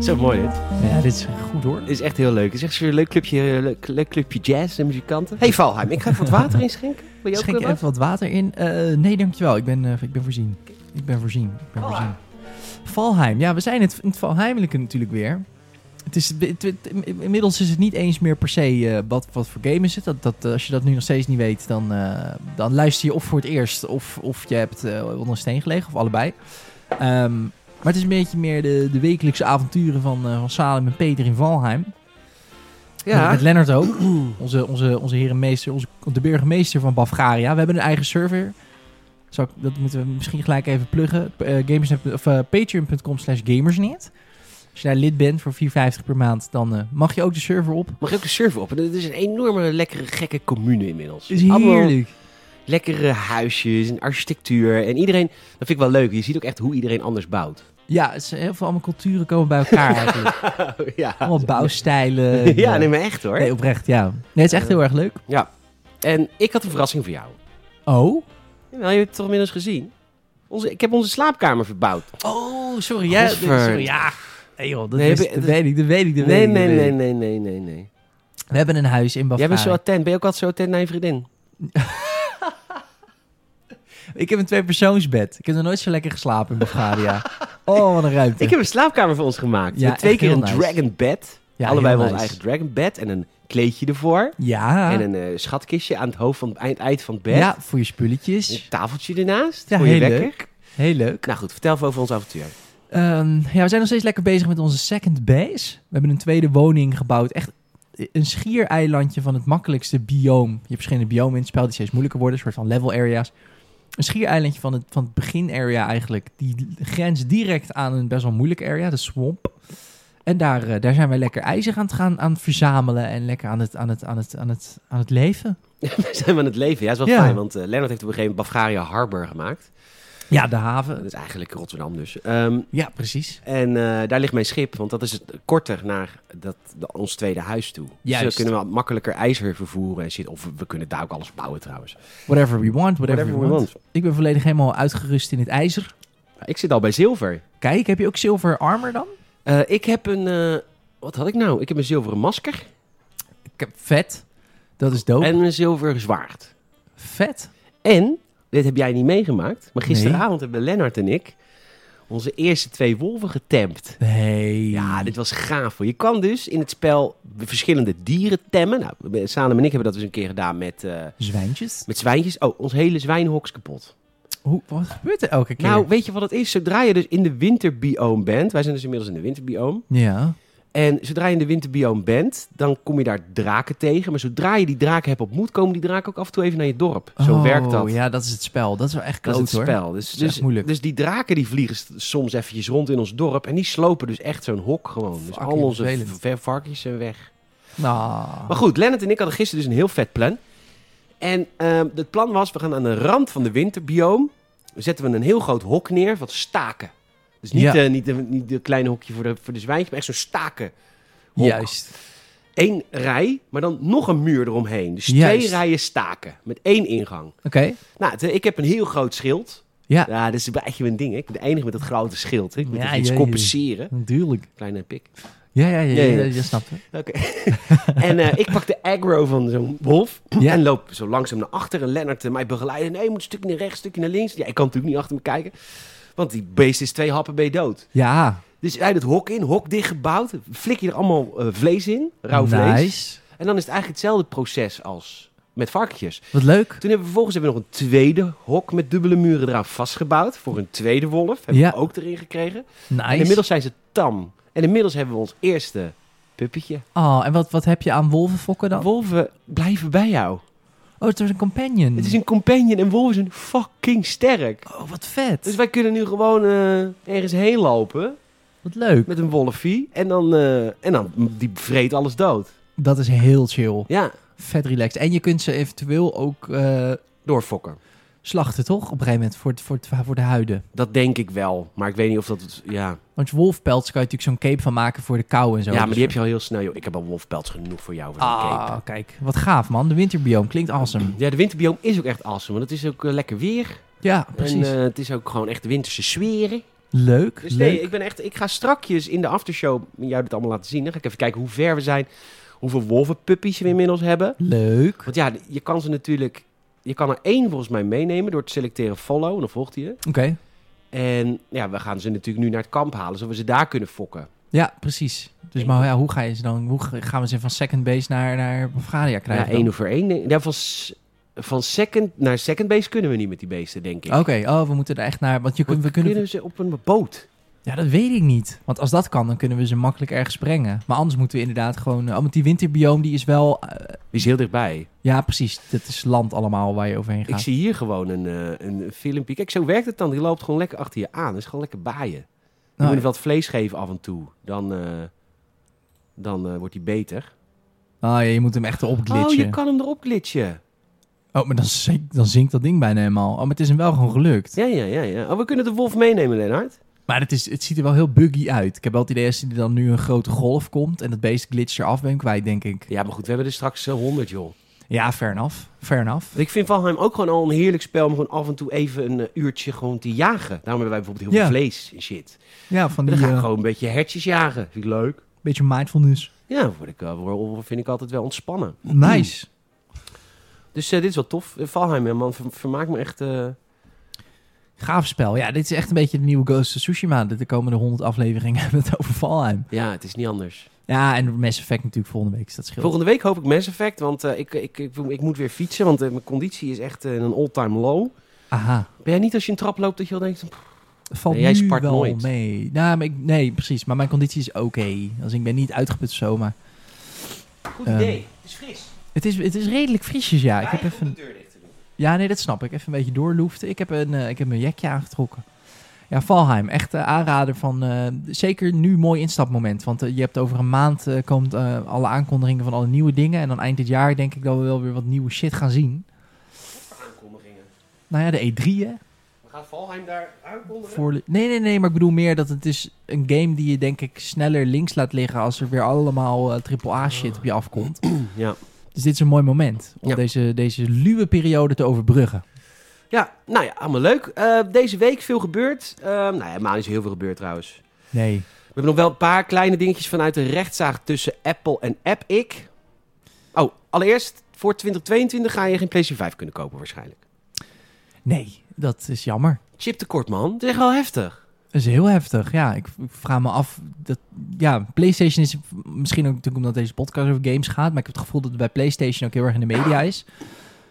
Speaker 1: Zo mooi dit.
Speaker 2: ja, dit is goed hoor.
Speaker 1: Dit is echt heel leuk. Het is echt zo'n leuk clubje, eh, leuk, leuk clubje jazz en muzikanten. hey, Valheim, ik ga even wat water inschenken. Wil je ook
Speaker 2: Schenk
Speaker 1: weer
Speaker 2: je
Speaker 1: wat?
Speaker 2: even wat water in? Eh, nee, dankjewel. Ik ben, eh, ik ben voorzien. Ik ben voorzien. Ik
Speaker 1: Oh.
Speaker 2: ben voorzien. Valheim. Ja, we zijn het, in het Valheimelijke natuurlijk weer. Het is, het- het- inmiddels is het niet eens meer per se eh, wat, wat voor game is het. Dat, dat, eh, als je dat nu nog steeds niet weet, dan, eh, dan luister je of voor het eerst... of, of je hebt eh, onder een steen gelegen, of allebei. Ehm, maar het is een beetje meer de, de wekelijkse avonturen van, eh, van Salem en Peter in Valheim. Met,
Speaker 1: Ja.
Speaker 2: met Lennart ook. Onze, onze, onze herenmeester, onze, de burgemeester van Bavaria. We hebben een eigen server. Zou ik, dat moeten we misschien gelijk even pluggen. P- eh, gamersnet, of, eh, Patreon.com slash gamersnet. Als je daar lid bent voor 4,50 per maand, dan eh, mag je ook de server op.
Speaker 1: Mag ik ook de server op? En Het is een enorme, lekkere, gekke commune inmiddels.
Speaker 2: Is
Speaker 1: Allemaal
Speaker 2: heerlijk.
Speaker 1: lekkere huisjes en architectuur. En iedereen, dat vind ik wel leuk. Je ziet ook echt hoe iedereen anders bouwt.
Speaker 2: Ja, het is eh, heel veel allemaal culturen komen bij elkaar eigenlijk.
Speaker 1: ja.
Speaker 2: Allemaal bouwstijlen.
Speaker 1: ja,
Speaker 2: Eh,
Speaker 1: nee, maar echt hoor.
Speaker 2: nee, oprecht, ja. Nee, het is echt heel erg leuk.
Speaker 1: En ik had een verrassing voor jou.
Speaker 2: Oh?
Speaker 1: Jawel, je hebt het toch inmiddels gezien? Onze, ik heb onze slaapkamer verbouwd.
Speaker 2: Oh, sorry.
Speaker 1: jij-
Speaker 2: sorry
Speaker 1: sorry,
Speaker 2: ja. Nee joh, dat,
Speaker 1: Nee,
Speaker 2: wist-
Speaker 1: heb je-
Speaker 2: dat weet ik, dat weet ik, dat weet
Speaker 1: Nee,
Speaker 2: ik, dat
Speaker 1: nee,
Speaker 2: weet ik.
Speaker 1: nee, nee, nee, nee, nee.
Speaker 2: We hebben een huis in
Speaker 1: Jij
Speaker 2: Bavaria.
Speaker 1: bent zo attent. Ben je ook altijd zo attent naar je vriendin?
Speaker 2: Ik heb een tweepersoonsbed. Ik heb nog nooit zo lekker geslapen in Bavaria. oh, wat een ruimte.
Speaker 1: Ik heb een slaapkamer voor ons gemaakt.
Speaker 2: Ja,
Speaker 1: Met twee
Speaker 2: echt
Speaker 1: keer
Speaker 2: heel
Speaker 1: een
Speaker 2: nice.
Speaker 1: dragon bed.
Speaker 2: Ja,
Speaker 1: Allebei
Speaker 2: heel
Speaker 1: wel ons
Speaker 2: nice.
Speaker 1: eigen dragon bed. En een kleedje ervoor.
Speaker 2: Ja.
Speaker 1: En een eh, schatkistje aan het hoofd van aan het eind van het bed.
Speaker 2: ja, voor je
Speaker 1: Een
Speaker 2: spulletjes.
Speaker 1: tafeltje ernaast.
Speaker 2: Ja,
Speaker 1: voor je
Speaker 2: heel
Speaker 1: wekker.
Speaker 2: leuk. Heel leuk.
Speaker 1: Nou goed, vertel even over ons avontuur.
Speaker 2: Ehm, ja, we zijn nog steeds lekker bezig met onze second base. We hebben een tweede woning gebouwd. Echt een schiereilandje van het makkelijkste bioom. Je hebt verschillende biomen in het spel die steeds moeilijker worden. Een soort van level areas. Een schiereilandje van het, van het begin area eigenlijk. Die grenst direct aan een best wel moeilijke area, de swamp. En daar, eh, daar zijn wij lekker ijzer aan het gaan aan het verzamelen. En lekker aan het, aan het, aan het, aan het, aan het leven.
Speaker 1: We zijn aan het leven. Ja, is wel
Speaker 2: Ja.
Speaker 1: fijn. Want eh, Lennart heeft op een gegeven moment Bavaria Harbor gemaakt.
Speaker 2: Ja, de
Speaker 1: Dat
Speaker 2: haven.
Speaker 1: is eigenlijk Rotterdam dus. Ehm,
Speaker 2: Ja, precies.
Speaker 1: En eh, daar ligt mijn schip, want dat is het korter naar dat, de- ons tweede huis toe. Dus
Speaker 2: Juist.
Speaker 1: dan kunnen we makkelijker ijzer vervoeren en shit. Of we, we kunnen daar ook alles bouwen trouwens.
Speaker 2: Whatever we want, whatever,
Speaker 1: Whatever
Speaker 2: we,
Speaker 1: we
Speaker 2: want. Ik ben volledig helemaal uitgerust in het ijzer.
Speaker 1: Ik zit al bij zilver.
Speaker 2: Kijk, heb je ook zilver armor dan?
Speaker 1: Eh, ik heb een... eh, wat had ik nou? Ik heb een zilveren masker
Speaker 2: Ik heb vet. Dat is dope.
Speaker 1: en een zilveren zwaard.
Speaker 2: vet.
Speaker 1: En, dit heb jij niet meegemaakt, maar gisteravond hebben Lennart en ik onze eerste twee wolven getemd.
Speaker 2: Nee.
Speaker 1: Ja, dit was gaaf. hoor. Je kan dus in het spel verschillende dieren temmen. Nou, Salem en ik hebben dat dus een keer gedaan met, eh,
Speaker 2: Zwijntjes.
Speaker 1: met zwijntjes. Oh, ons hele zwijnhok is kapot.
Speaker 2: Hoe, wat gebeurt er elke keer?
Speaker 1: Nou, weet je wat het is? Zodra je dus in de winterbioom bent, wij zijn dus inmiddels in de winterbioom.
Speaker 2: ja.
Speaker 1: En zodra je in de winterbioom bent, dan kom je daar draken tegen. Maar zodra je die draken hebt ontmoet, komen die draken ook af en toe even naar je dorp. Zo
Speaker 2: Oh,
Speaker 1: werkt dat.
Speaker 2: Ja, dat is het spel. Dat is wel echt kloot,
Speaker 1: Dat is het
Speaker 2: hoor.
Speaker 1: spel. Dus,
Speaker 2: is echt
Speaker 1: dus,
Speaker 2: moeilijk.
Speaker 1: dus die draken die vliegen s- soms eventjes rond in ons dorp. En die slopen dus echt zo'n hok gewoon. Dus
Speaker 2: Fucking
Speaker 1: al onze
Speaker 2: vervelend.
Speaker 1: v- ver- varkens zijn weg.
Speaker 2: Nou.
Speaker 1: Maar goed, Lennart en ik hadden gisteren dus een heel vet plan. En ehm, het plan was, we gaan aan de rand van de winterbioom... zetten we een heel groot hok neer wat staken. Dus niet,
Speaker 2: Ja.
Speaker 1: eh, niet, de, niet de kleine hokje voor de, voor de zwijntjes, maar echt zo'n staken. Hok.
Speaker 2: Juist.
Speaker 1: Eén rij, maar dan nog een muur eromheen. Dus twee
Speaker 2: Juist.
Speaker 1: rijen staken met één ingang.
Speaker 2: Oké.
Speaker 1: Nou, te- ik heb een heel groot schild.
Speaker 2: Ja.
Speaker 1: Ja, dat is een beetje mijn ding. hè. Ik ben de enige met dat grote schild. hè. Ik moet
Speaker 2: Ja,
Speaker 1: even iets
Speaker 2: ja, ja.
Speaker 1: compenseren.
Speaker 2: Natuurlijk.
Speaker 1: Kleine pik.
Speaker 2: Ja, ja, ja.
Speaker 1: Ja,
Speaker 2: ja,
Speaker 1: ja.
Speaker 2: je snapt het.
Speaker 1: Oké. en eh, ik pak de aggro van zo'n wolf.
Speaker 2: Ja.
Speaker 1: En loop zo langzaam naar achter. En Lennart eh, mij begeleiden. Nee, je moet een stukje naar rechts, een stukje naar links. Ja, ik kan natuurlijk niet achter me kijken. Want die beest is twee happen bij dood.
Speaker 2: Ja.
Speaker 1: Dus hij het hok in, hok dichtgebouwd. Flik je er allemaal eh, vlees in, rauw vlees.
Speaker 2: nice.
Speaker 1: En dan is het eigenlijk hetzelfde proces als met varkentjes.
Speaker 2: Wat leuk.
Speaker 1: Toen hebben we vervolgens hebben we nog een tweede hok met dubbele muren eraan vastgebouwd. Voor een tweede wolf. Hebben
Speaker 2: Ja.
Speaker 1: we ook erin gekregen.
Speaker 2: Nice.
Speaker 1: En inmiddels zijn ze tam. En inmiddels hebben we ons eerste puppetje.
Speaker 2: Oh, en wat, wat heb je aan wolvenfokken dan?
Speaker 1: Wolven blijven bij jou.
Speaker 2: Oh, het was een companion.
Speaker 1: Het is een companion en wolven zijn fucking sterk.
Speaker 2: Oh, wat vet.
Speaker 1: Dus wij kunnen nu gewoon eh, ergens heen lopen
Speaker 2: Wat leuk.
Speaker 1: met een wolfie. En dan, eh, en dan die vreet alles dood.
Speaker 2: Dat is heel chill.
Speaker 1: Ja,
Speaker 2: Vet relaxed. En je kunt ze eventueel ook eh,
Speaker 1: doorfokken.
Speaker 2: slachten, toch? Op een gegeven moment voor, het- voor, het- voor de huiden.
Speaker 1: Dat denk ik wel. Maar ik weet niet of dat... Ja,
Speaker 2: Want wolfpelts kan je natuurlijk zo'n cape van maken voor de kou en zo. Dus,
Speaker 1: ja maar die heb je al heel snel. Joh. Ik heb al wolfpelts genoeg voor jou. Voor die cape.
Speaker 2: Ah, kijk. Wat gaaf, man. De winterbioom. Klinkt awesome.
Speaker 1: Ja, de winterbioom is ook echt awesome. Want het is ook eh, lekker weer.
Speaker 2: Ja, precies.
Speaker 1: En eh, het is ook gewoon echt winterse sferen.
Speaker 2: leuk.
Speaker 1: Dus
Speaker 2: leuk.
Speaker 1: nee, ik ben echt... Ik ga strakjes in de aftershow jou dit allemaal laten zien. Dan ga ik even kijken hoe ver we zijn. Hoeveel wolvenpuppies we inmiddels hebben.
Speaker 2: Leuk.
Speaker 1: Want ja, je kan ze natuurlijk... Je kan er één volgens mij meenemen door te selecteren follow. En dan volgt hij je.
Speaker 2: Oké.
Speaker 1: En ja, we gaan ze natuurlijk nu naar het kamp halen. Zodat we ze daar kunnen fokken.
Speaker 2: Ja, precies. Dus maar ja, hoe ga je ze dan? Hoe ga- gaan we ze van second base naar, naar Bavaria
Speaker 1: Ja,
Speaker 2: krijgen? dan?
Speaker 1: één over één. denk ik. Ja, van, s- van second naar second base kunnen we niet met die beesten, denk ik.
Speaker 2: Oké, oh, we moeten er echt naar. Want je kunt, we kunnen.
Speaker 1: Kunnen ze op een boot?
Speaker 2: Ja, dat weet ik niet. Want als dat kan, dan kunnen we ze makkelijk ergens brengen. Maar anders moeten we inderdaad gewoon. Oh, want die winterbioom die is wel. eh,
Speaker 1: Die is heel dichtbij.
Speaker 2: ja, precies. Dat is land allemaal waar je overheen
Speaker 1: Ik
Speaker 2: gaat.
Speaker 1: zie hier gewoon een, eh, een filmpje. Kijk, zo werkt het dan. Die loopt gewoon lekker achter je aan. Dat is gewoon lekker baaien. Je
Speaker 2: Nou,
Speaker 1: moet hem wat vlees geven af en toe. Dan, eh, dan eh, wordt hij beter.
Speaker 2: oh, ja, je moet hem echt erop glitchen.
Speaker 1: Oh,
Speaker 2: Oh,
Speaker 1: je kan hem erop glitchen.
Speaker 2: maar dan zinkt, dan zinkt dat ding bijna helemaal. Oh, maar het is hem wel gewoon gelukt.
Speaker 1: Ja, ja, ja. ja. Oh, we kunnen de wolf meenemen, Lennart.
Speaker 2: Maar het, is, het ziet er wel heel buggy uit. Ik heb wel het idee als er dan nu een grote golf komt en dat beest glitst eraf, ben ik kwijt, denk ik.
Speaker 1: Ja, maar goed, we hebben er straks eh, honderd, 100, joh.
Speaker 2: Ja, fair enough. Fair enough.
Speaker 1: Ik vind Valheim ook gewoon al een heerlijk spel om gewoon af en toe even een eh, uurtje gewoon te jagen. Daarom hebben wij bijvoorbeeld heel
Speaker 2: Ja.
Speaker 1: veel vlees en shit.
Speaker 2: Ja, van
Speaker 1: En
Speaker 2: die
Speaker 1: dan ga ik
Speaker 2: eh,
Speaker 1: gewoon een beetje hertjes jagen. Vind ik leuk.
Speaker 2: beetje mindfulness.
Speaker 1: Ja, dan word ik, eh, word- vind ik altijd wel ontspannen.
Speaker 2: Nice.
Speaker 1: Dus eh, dit is wel tof. Eh, Valheim, ja, man, ver- vermaakt me echt. eh,
Speaker 2: Gaaf spel. Ja, dit is echt een beetje de nieuwe Ghost of Tsushima. De de komende 100 afleveringen hebben we het over Valheim.
Speaker 1: Ja, het is niet anders.
Speaker 2: Ja, en Mass Effect natuurlijk volgende week. dus Dat scheelt.
Speaker 1: Volgende week hoop ik Mass Effect, want eh, ik, ik, ik, ik moet weer fietsen, want eh, mijn conditie is echt eh, in een all-time low.
Speaker 2: Aha.
Speaker 1: Ben jij niet als je een trap loopt dat je al denkt, pff,
Speaker 2: Valt
Speaker 1: Nee, jij
Speaker 2: nu
Speaker 1: spart
Speaker 2: wel
Speaker 1: nooit.
Speaker 2: mee. Nou, maar ik, nee, precies. Maar mijn conditie is oké. Als ik ben niet uitgeput of zo, maar...
Speaker 1: goed
Speaker 2: Eh,
Speaker 1: idee, het is fris.
Speaker 2: Het is, het is redelijk frisjes, ja. Ik heb
Speaker 1: Weinig om
Speaker 2: even...
Speaker 1: de deur dicht te doen.
Speaker 2: Ja, nee, dat snap ik. Even een beetje doorloefden. Ik heb, een, eh, ik heb mijn jekje aangetrokken. Ja, Valheim. Echt eh, aanrader van... eh, zeker nu mooi instapmoment. Want eh, je hebt over een maand... eh, komt eh, alle aankondigingen van alle nieuwe dingen. En dan eind dit jaar denk ik dat we wel weer wat nieuwe shit gaan zien.
Speaker 1: Aankondigingen.
Speaker 2: Nou ja, de E3, hè.
Speaker 1: We gaan Valheim daar aankondigen.
Speaker 2: Voor... Nee, nee, nee. Maar ik bedoel meer dat het is een game die je denk ik sneller links laat liggen... als er weer allemaal eh, triple AAA shit op je afkomt.
Speaker 1: Ja.
Speaker 2: Dus dit is een mooi moment om
Speaker 1: Ja.
Speaker 2: deze, deze luwe periode te overbruggen.
Speaker 1: ja, nou ja, allemaal leuk. Eh, deze week veel gebeurd. Ehm nou ja, helemaal niet zo heel veel gebeurd trouwens.
Speaker 2: Nee.
Speaker 1: We hebben nog wel een paar kleine dingetjes vanuit de rechtszaak tussen Apple en AppIc. Oh, allereerst, voor 2022 ga je geen PlayStation 5 kunnen kopen waarschijnlijk.
Speaker 2: Nee, dat is jammer.
Speaker 1: Chiptekort, man. Het is echt wel heftig.
Speaker 2: Dat is heel heftig, ja. Ik ik vraag me af... Dat, ja, PlayStation is misschien ook natuurlijk omdat deze podcast over games gaat... maar ik heb het gevoel dat het bij PlayStation ook heel erg in de media is. Omdat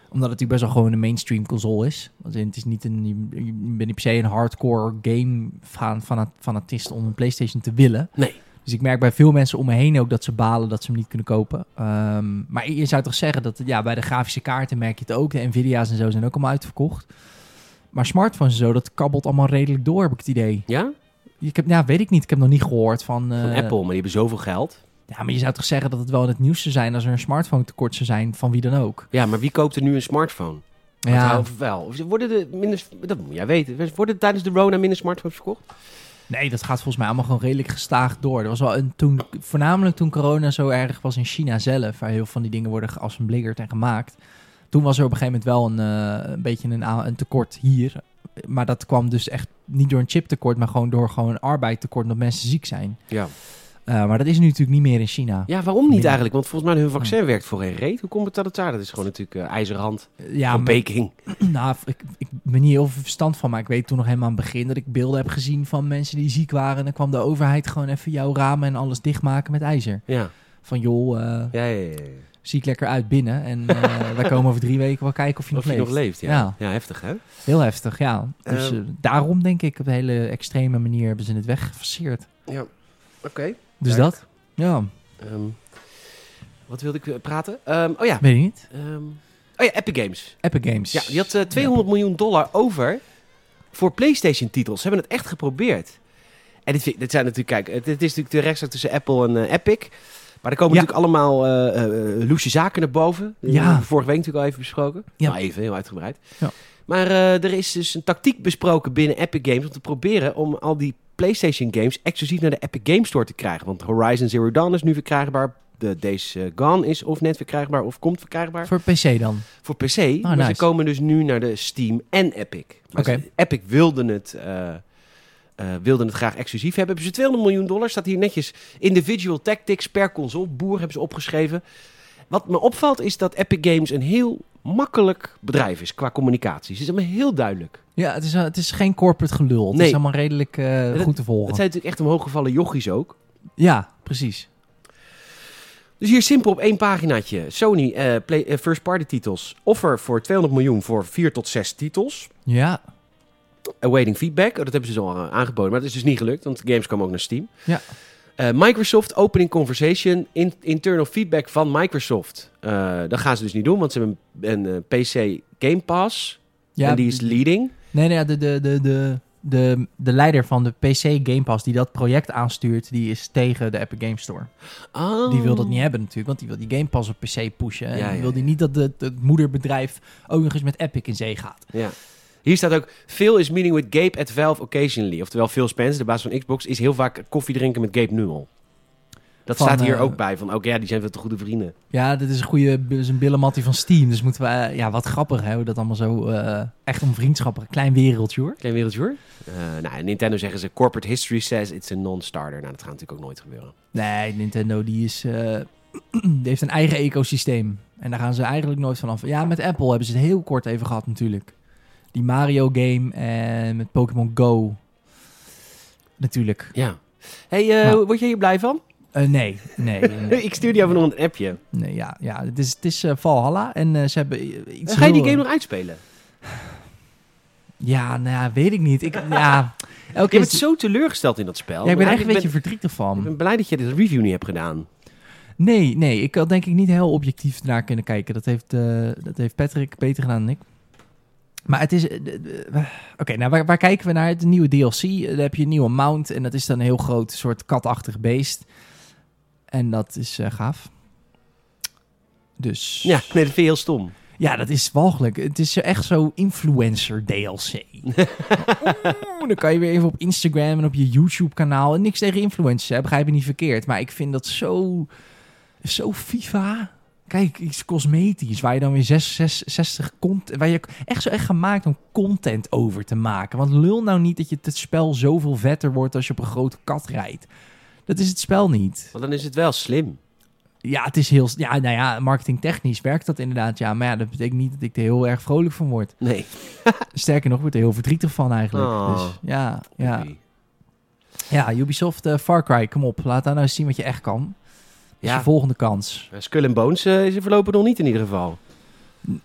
Speaker 2: het natuurlijk best wel gewoon een mainstream console is. Want het is niet een, je, je bent niet per se een hardcore game fan, fanat- fanatist om een PlayStation te willen.
Speaker 1: Nee.
Speaker 2: Dus ik merk bij veel mensen om me heen ook dat ze balen dat ze hem niet kunnen kopen. Ehm, maar je zou toch zeggen dat ja, bij de grafische kaarten merk je het ook. De Nvidia's en zo zijn ook allemaal uitverkocht. Maar smartphones en zo, dat kabbelt allemaal redelijk door, heb ik het idee.
Speaker 1: Ja?
Speaker 2: Ik heb, ja, weet ik niet. Ik heb nog niet gehoord van...
Speaker 1: Van
Speaker 2: eh,
Speaker 1: Apple, maar die hebben zoveel geld.
Speaker 2: Ja, maar je zou toch zeggen dat het wel in het nieuws zou zijn als er een smartphone tekort zou zijn van wie dan ook.
Speaker 1: Ja, maar wie koopt er nu een smartphone? Ja.
Speaker 2: Ja,
Speaker 1: Of wel? Of Worden er minder, dat moet jij weten. Dus Worden er tijdens de Rona minder smartphones verkocht?
Speaker 2: nee, dat gaat volgens mij allemaal gewoon redelijk gestaag door. Er was wel een toen, voornamelijk toen corona zo erg was in China zelf, waar heel veel van die dingen worden geassembleerd en gemaakt. Toen was er op een gegeven moment wel een, eh, een beetje een, a- een tekort hier. Maar dat kwam dus echt niet door een chiptekort, maar gewoon door gewoon een arbeidtekort omdat mensen ziek zijn.
Speaker 1: Ja.
Speaker 2: Eh, maar dat is nu natuurlijk niet meer in China.
Speaker 1: Ja, waarom niet
Speaker 2: Minder.
Speaker 1: eigenlijk? Want volgens mij hun vaccin werkt voor geen reet. Hoe komt het dat het daar? Dat is gewoon natuurlijk eh, ijzerhand
Speaker 2: Ja,
Speaker 1: van
Speaker 2: maar-
Speaker 1: Peking.
Speaker 2: Nou, ik, ik ben niet heel veel verstand van, maar ik weet toen nog helemaal aan het begin dat ik beelden heb gezien van mensen die ziek waren. En dan kwam de overheid gewoon even jouw ramen en alles dichtmaken met ijzer.
Speaker 1: Ja.
Speaker 2: Van joh, eh
Speaker 1: Ja, ja, ja, ja.
Speaker 2: ziek lekker uit binnen en eh, wij komen over drie weken wel kijken of je
Speaker 1: Of
Speaker 2: nog
Speaker 1: je
Speaker 2: leeft.
Speaker 1: nog leeft, ja. ja.
Speaker 2: Ja.
Speaker 1: heftig hè?
Speaker 2: Heel heftig, ja. Dus
Speaker 1: Eh,
Speaker 2: eh, daarom denk ik op een hele extreme manier hebben ze het weggefaseerd.
Speaker 1: Oké.
Speaker 2: Dus
Speaker 1: Kijk.
Speaker 2: dat? Ja,
Speaker 1: Ehm, wat wilde ik eh, praten? Ehm, oh ja.
Speaker 2: weet je niet.
Speaker 1: Ehm, oh ja, Epic Games.
Speaker 2: Epic Games.
Speaker 1: Ja, die had eh, 200 miljoen dollar over voor PlayStation-titels. Ze hebben het echt geprobeerd. En dit, vind- dit zijn natuurlijk, kijk, het, het is natuurlijk de rechtszaak tussen Apple en eh, Epic. Maar er komen
Speaker 2: Ja.
Speaker 1: natuurlijk allemaal eh eh, eh, loesje zaken naar boven. Die
Speaker 2: Ja.
Speaker 1: hebben we vorige week natuurlijk al even besproken.
Speaker 2: Ja.
Speaker 1: Nou, even, heel uitgebreid.
Speaker 2: Ja.
Speaker 1: Maar eh, er is dus een tactiek besproken binnen Epic Games... om te proberen om al die PlayStation-games exclusief naar de Epic Games Store te krijgen. Want Horizon Zero Dawn is nu verkrijgbaar. De Days eh, Gone is of net verkrijgbaar of komt verkrijgbaar
Speaker 2: Voor PC dan.
Speaker 1: voor PC. maar ze
Speaker 2: Oh, nice.
Speaker 1: komen dus nu naar de Steam en Epic. Maar
Speaker 2: Oké.
Speaker 1: ze- Epic wilde het, eh eh, wilde het graag exclusief hebben. Hebben ze 200 miljoen dollar, staat hier netjes individual tactics per console. Boer hebben ze opgeschreven. Wat me opvalt is dat Epic Games een heel makkelijk bedrijf is qua communicatie. Ze is allemaal heel duidelijk.
Speaker 2: Ja, het is, eh, het is geen corporate gelul. Het
Speaker 1: Nee.
Speaker 2: is allemaal redelijk eh,
Speaker 1: dat-
Speaker 2: goed te
Speaker 1: Het
Speaker 2: volgen.
Speaker 1: zijn natuurlijk echt omhooggevallen jochies ook.
Speaker 2: Ja, precies.
Speaker 1: Dus hier simpel op één paginaatje. Sony eh, play, eh, first party titels. Offer voor 200 miljoen voor 4 tot 6 titels.
Speaker 2: Ja,
Speaker 1: Awaiting feedback. Oh, dat hebben ze dus al eh, aangeboden. Maar dat is dus niet gelukt, want games kwamen ook naar Steam.
Speaker 2: Ja.
Speaker 1: Eh, Microsoft Opening Conversation. in- internal feedback van Microsoft. Eh, dat gaan ze dus niet doen, want ze hebben een, een, eh, PC Game Pass.
Speaker 2: ja
Speaker 1: en die is leading.
Speaker 2: Nee, nee, ja, de, de, de, de, de, de leider van de PC Game Pass die dat project aanstuurt, die is tegen de Epic Game Store.
Speaker 1: Oh.
Speaker 2: Ah. Die wil dat niet hebben natuurlijk, want die wil die Game Pass op PC pushen. En
Speaker 1: Ja, ja,
Speaker 2: wil die
Speaker 1: ja.
Speaker 2: niet dat het, het moederbedrijf ook nog eens met Epic in zee gaat.
Speaker 1: Ja. Hier staat ook, Phil is meeting with Gabe at Valve occasionally. Oftewel, Phil Spencer, de baas van Xbox, is heel vaak koffie drinken met Gabe Newell. Dat
Speaker 2: Van,
Speaker 1: staat hier
Speaker 2: eh,
Speaker 1: ook bij, van ook ja, die zijn veel te goede vrienden.
Speaker 2: Ja, dit is een goede dit is een billenmattie van Steam. Dus moeten we... eh, Ja, wat grappig hè, hoe dat allemaal zo... eh, echt om vriendschappen. Klein wereldje hoor.
Speaker 1: Klein wereldje hoor. Eh, nou, en Nintendo zeggen ze, corporate history says it's a non-starter. Nou, dat gaat natuurlijk ook nooit gebeuren.
Speaker 2: Nee, Nintendo die is, eh, die heeft een eigen ecosysteem. En daar gaan ze eigenlijk nooit van af. Ja, met Apple hebben ze het heel kort even gehad natuurlijk. Die Mario game en met Pokémon Go. Natuurlijk.
Speaker 1: Ja. hey, eh,
Speaker 2: Nou.
Speaker 1: word jij hier blij van?
Speaker 2: Eh, nee, nee, nee, nee.
Speaker 1: ik stuurde jou van een appje.
Speaker 2: Nee, ja, ja, het is, het is eh, Valhalla en eh, ze hebben eh, iets
Speaker 1: Ga je die
Speaker 2: heel-
Speaker 1: game nog uitspelen?
Speaker 2: Ja, nou ja, weet ik niet. Ik, ja, elke
Speaker 1: Ik
Speaker 2: keer...
Speaker 1: ben
Speaker 2: is-
Speaker 1: zo teleurgesteld in dat spel.
Speaker 2: Ja, ik ben er echt een
Speaker 1: Eigenlijk
Speaker 2: beetje verdrietig van.
Speaker 1: ik ben blij dat je de review niet hebt gedaan.
Speaker 2: Nee, nee, ik had denk ik niet heel objectief naar kunnen kijken. Dat heeft, eh, dat heeft Patrick beter gedaan dan ik. Maar het is... eh, d- d- Oké, nou waar, waar kijken we naar? Het nieuwe DLC. Eh, Daar heb je een nieuwe mount. En dat is dan een heel groot soort katachtig beest. En dat is eh, gaaf. Dus...
Speaker 1: Ja, nee, dat vind je heel stom.
Speaker 2: Ja, dat is walgelijk. Het is echt zo influencer DLC. Oeh, dan kan je weer even op Instagram en op je YouTube kanaal. En niks tegen influencers, hè, begrijp je niet verkeerd. Maar ik vind dat zo, zo FIFA. Kijk, iets cosmetisch, waar je dan weer 6, 6, 60 content... Waar je echt zo echt gemaakt om content over te maken. Want lul nou niet dat je het spel zoveel vetter wordt als je op een grote kat rijdt. Dat is het spel niet.
Speaker 1: Want dan is het wel slim.
Speaker 2: Ja, het is heel. Ja, nou ja, marketingtechnisch werkt dat inderdaad. Ja, maar ja, dat betekent niet dat ik er heel erg vrolijk van word.
Speaker 1: Nee.
Speaker 2: Sterker nog, ik word er heel verdrietig van eigenlijk.
Speaker 1: Oh.
Speaker 2: Dus ja, ja.
Speaker 1: Oei.
Speaker 2: ja, Ubisoft eh, Far Cry, kom op. Laat daar nou eens zien wat je echt kan. Dat is
Speaker 1: Ja.
Speaker 2: je volgende kans.
Speaker 1: Eh, Skull and Bones eh, is er voorlopig nog niet in ieder geval.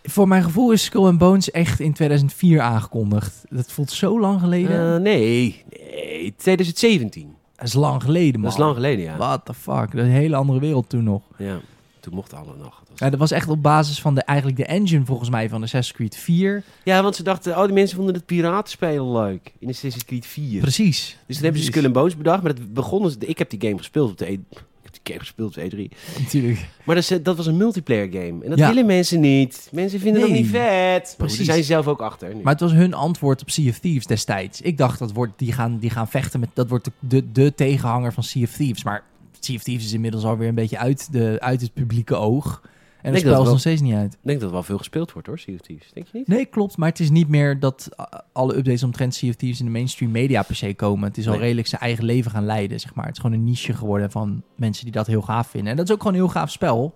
Speaker 2: Voor mijn gevoel is Skull and Bones echt in 2004 aangekondigd. Dat voelt zo lang geleden.
Speaker 1: Eh, nee, nee, 2017.
Speaker 2: dat is lang geleden, man.
Speaker 1: Dat is lang geleden, ja.
Speaker 2: What the fuck? Dat is een hele andere wereld toen nog.
Speaker 1: ja. Toen mocht alle nog. Dat was-
Speaker 2: Ja, dat was echt op basis van de, eigenlijk de engine volgens mij van Assassin's Creed 4.
Speaker 1: Ja, want ze dachten, oh, die mensen vonden het piratenspelen leuk. In Assassin's Creed 4.
Speaker 2: Precies.
Speaker 1: Dus toen hebben ze Skull and Bones bedacht, maar dat begonnen ze... Ik heb die game gespeeld op de E... Ik heb die game gespeeld op de E3.
Speaker 2: Natuurlijk.
Speaker 1: Maar dat, is- eh, dat was een multiplayer game. En dat
Speaker 2: Ja.
Speaker 1: willen mensen niet. Mensen vinden
Speaker 2: Nee.
Speaker 1: dat niet vet. Precies.
Speaker 2: Precies.
Speaker 1: Daar zijn ze zelf ook achter. Nu.
Speaker 2: Maar het was hun antwoord op Sea of Thieves destijds. Ik dacht, dat wordt, die, gaan, die gaan vechten met... Dat wordt de, de, de tegenhanger van Sea of Thieves. Maar Sea of Thieves is inmiddels alweer een beetje uit, de, uit het publieke oog. En
Speaker 1: denk
Speaker 2: het
Speaker 1: dat
Speaker 2: spel is
Speaker 1: wel.
Speaker 2: nog steeds niet uit.
Speaker 1: Ik denk dat er wel veel gespeeld wordt hoor, Sea of Thieves. Denk je niet?
Speaker 2: Nee, klopt. Maar het is niet meer dat uh, alle updates omtrent Sea of Thieves in de mainstream media per se komen. Het is al
Speaker 1: Nee.
Speaker 2: redelijk zijn eigen leven gaan leiden, zeg maar. Het is gewoon een niche geworden van mensen die dat heel gaaf vinden. En dat is ook gewoon een heel gaaf spel.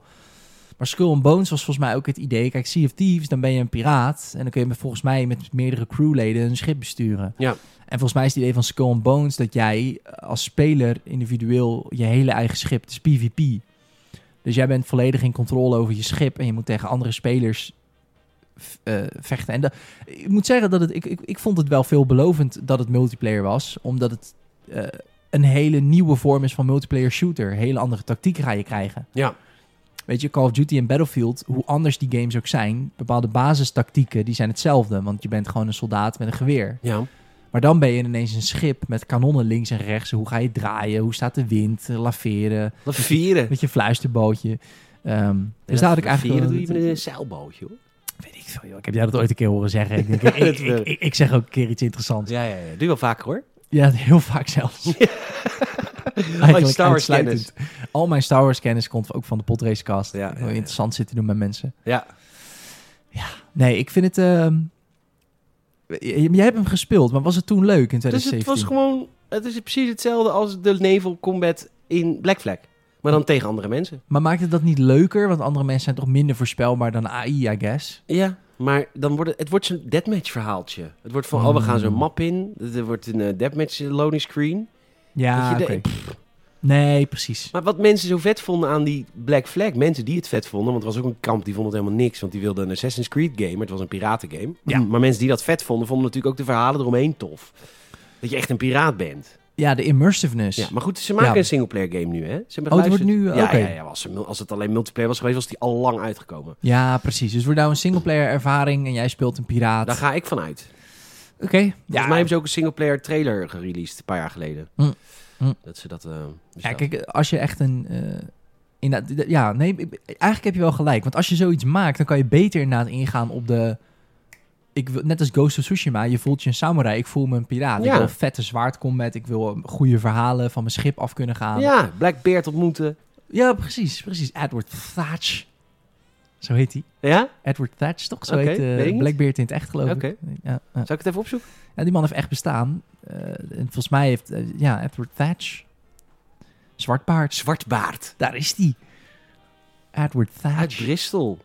Speaker 2: Maar Skull and Bones was volgens mij ook het idee. Kijk, Sea of Thieves, dan ben je een piraat. En dan kun je met- volgens mij met meerdere crewleden een schip besturen.
Speaker 1: Ja.
Speaker 2: En volgens mij is het idee van Skull and Bones dat jij eh, als speler individueel je hele eigen schip, het is PvP. Dus jij bent volledig in controle over je schip en je moet tegen andere spelers v- eh, vechten. En dat- ik moet zeggen dat het, ik, ik, ik vond het wel veelbelovend dat het multiplayer was, omdat het eh, een hele nieuwe vorm is van multiplayer shooter. Hele andere tactieken ga je krijgen.
Speaker 1: Ja.
Speaker 2: Weet je, Call of Duty en Battlefield, hoe anders die games ook zijn, bepaalde basistactieken die zijn hetzelfde, want je bent gewoon een soldaat met een geweer.
Speaker 1: Ja.
Speaker 2: Maar dan ben je ineens een schip met kanonnen links en rechts. Hoe ga je draaien? Hoe staat de wind? Eh, Laveren.
Speaker 1: Dat vieren.
Speaker 2: Met je fluisterbootje. Ehm dus
Speaker 1: Ja,
Speaker 2: daar had ik eigenlijk
Speaker 1: Vieren
Speaker 2: wel-
Speaker 1: doe je met een eh, zeilbootje hoor.
Speaker 2: Weet ik veel, joh. Ik heb jij dat ooit een keer horen zeggen. Ik, denk, ik, ik, ik, ik- ik zeg ook een keer iets interessants. Ja,
Speaker 1: Ja, ja, ja. Doe je wel vaker hoor.
Speaker 2: heel vaak zelfs.
Speaker 1: Mijn Star Wars
Speaker 2: uitsluitend. Al mijn Star Wars kennis komt ook van de podracecast.
Speaker 1: Ja,
Speaker 2: Ja,
Speaker 1: ja, ja.
Speaker 2: Interessant zitten doen met mensen.
Speaker 1: Ja.
Speaker 2: Nee, ik vind het... ehm, j- jij hebt hem gespeeld, maar was het toen leuk in
Speaker 1: Dus
Speaker 2: 2017?
Speaker 1: het was gewoon... Het is precies hetzelfde als de naval combat in Black Flag. Maar dan tegen andere mensen.
Speaker 2: Maar maakt het dat niet leuker? Want andere mensen zijn toch minder voorspelbaar dan AI, I guess.
Speaker 1: Ja. Maar dan wordt het, het wordt zo'n deathmatch verhaaltje. Het wordt van,
Speaker 2: Mm.
Speaker 1: oh, we gaan zo'n map in. Er wordt een eh, deathmatch loading screen.
Speaker 2: Ja,
Speaker 1: Dat je de-
Speaker 2: oké. Nee, precies.
Speaker 1: Maar wat mensen zo vet vonden aan die Black Flag, mensen die het vet vonden, want er was ook een kamp die vond het helemaal niks, want die wilde een Assassin's Creed game, maar het was een piratengame. Mm.
Speaker 2: Ja.
Speaker 1: Maar mensen die dat vet vonden, vonden natuurlijk ook de verhalen eromheen tof. Dat je echt een piraat bent.
Speaker 2: Ja, de immersiveness.
Speaker 1: Ja, maar goed, ze maken
Speaker 2: Ja.
Speaker 1: een singleplayer game nu, hè? Ze hebben
Speaker 2: Oh, het wordt
Speaker 1: geluisterd.
Speaker 2: nu,
Speaker 1: Ja,
Speaker 2: oké.
Speaker 1: ja, ja, als, ze mul- als het alleen multiplayer was geweest, was die al lang uitgekomen.
Speaker 2: Ja, precies. Dus voor nou een singleplayer ervaring en jij speelt een piraat.
Speaker 1: Daar ga ik vanuit.
Speaker 2: Oké.
Speaker 1: Volgens mij hebben ze ook een singleplayer trailer gereleased een paar jaar geleden.
Speaker 2: Hm. Hm.
Speaker 1: Dat ze dat... eh, dus
Speaker 2: Ja,
Speaker 1: dat-
Speaker 2: kijk, als je echt een... eh, inderdaad, d- ja, nee, ik- eigenlijk heb je wel gelijk. Want als je zoiets maakt, dan kan je beter inderdaad ingaan op de... Ik wil, net als Ghost of Tsushima, je voelt je een samurai, ik voel me een piraat.
Speaker 1: Ja.
Speaker 2: Ik wil vette zwaardcombat, ik wil eh, goede verhalen van mijn schip af kunnen gaan.
Speaker 1: ja, Blackbeard ontmoeten.
Speaker 2: Ja, precies, precies. Edward Thatch. Zo heet hij.
Speaker 1: Ja?
Speaker 2: Edward Thatch, toch? Zo
Speaker 1: Oké,
Speaker 2: heet eh,
Speaker 1: weet ik niet.
Speaker 2: Blackbeard in het echt, geloof ik.
Speaker 1: Oké.
Speaker 2: Ja, ja.
Speaker 1: Zal ik het even opzoeken?
Speaker 2: Ja, die man heeft echt bestaan. Eh, en volgens mij heeft, eh, ja, Edward Thatch. Zwartpaard.
Speaker 1: Zwartbaard.
Speaker 2: Daar is die. Edward
Speaker 1: Uit
Speaker 2: Thatch.
Speaker 1: Bristol.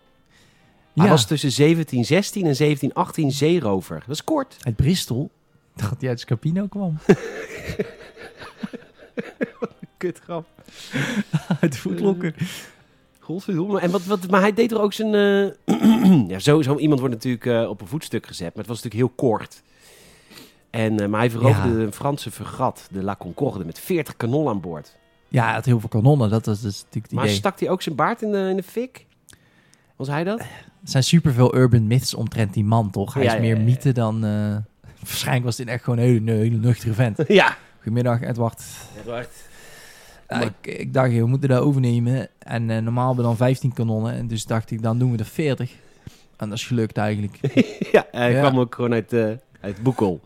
Speaker 2: ja,
Speaker 1: Hij was tussen 1716 en 1718 zeerover. Dat is kort.
Speaker 2: uit Bristol. Ik dacht dat hij uit Scapino kwam.
Speaker 1: Kutgrap.
Speaker 2: uit Voetlokker.
Speaker 1: Godverdomme. En wat, wat, maar hij deed er ook zijn... eh, ja, zo, zo iemand wordt natuurlijk eh, op een voetstuk gezet, maar het was natuurlijk heel kort. En, eh, maar hij veroverde
Speaker 2: Ja.
Speaker 1: een Franse vergat, de La Concorde, met 40 kanon aan boord.
Speaker 2: Ja, hij had heel veel kanonnen. Dat was dus natuurlijk het
Speaker 1: Maar
Speaker 2: idee.
Speaker 1: stak hij ook zijn baard in de, in de fik? Was hij dat?
Speaker 2: Er zijn superveel urban myths omtrent die man, toch? Hij
Speaker 1: Ja,
Speaker 2: is
Speaker 1: ja,
Speaker 2: meer
Speaker 1: ja, ja.
Speaker 2: mythe dan... eh, waarschijnlijk was dit echt gewoon een hele, hele nuchtere vent.
Speaker 1: ja.
Speaker 2: Goedemiddag, Edward. Ja, ik, ik dacht, we moeten dat overnemen. En eh, normaal hebben we dan 15 kanonnen. En dus dacht ik, dan doen we er 40. En dat is gelukt eigenlijk.
Speaker 1: ja, hij
Speaker 2: Ja.
Speaker 1: kwam ook gewoon uit, eh uit Boekel.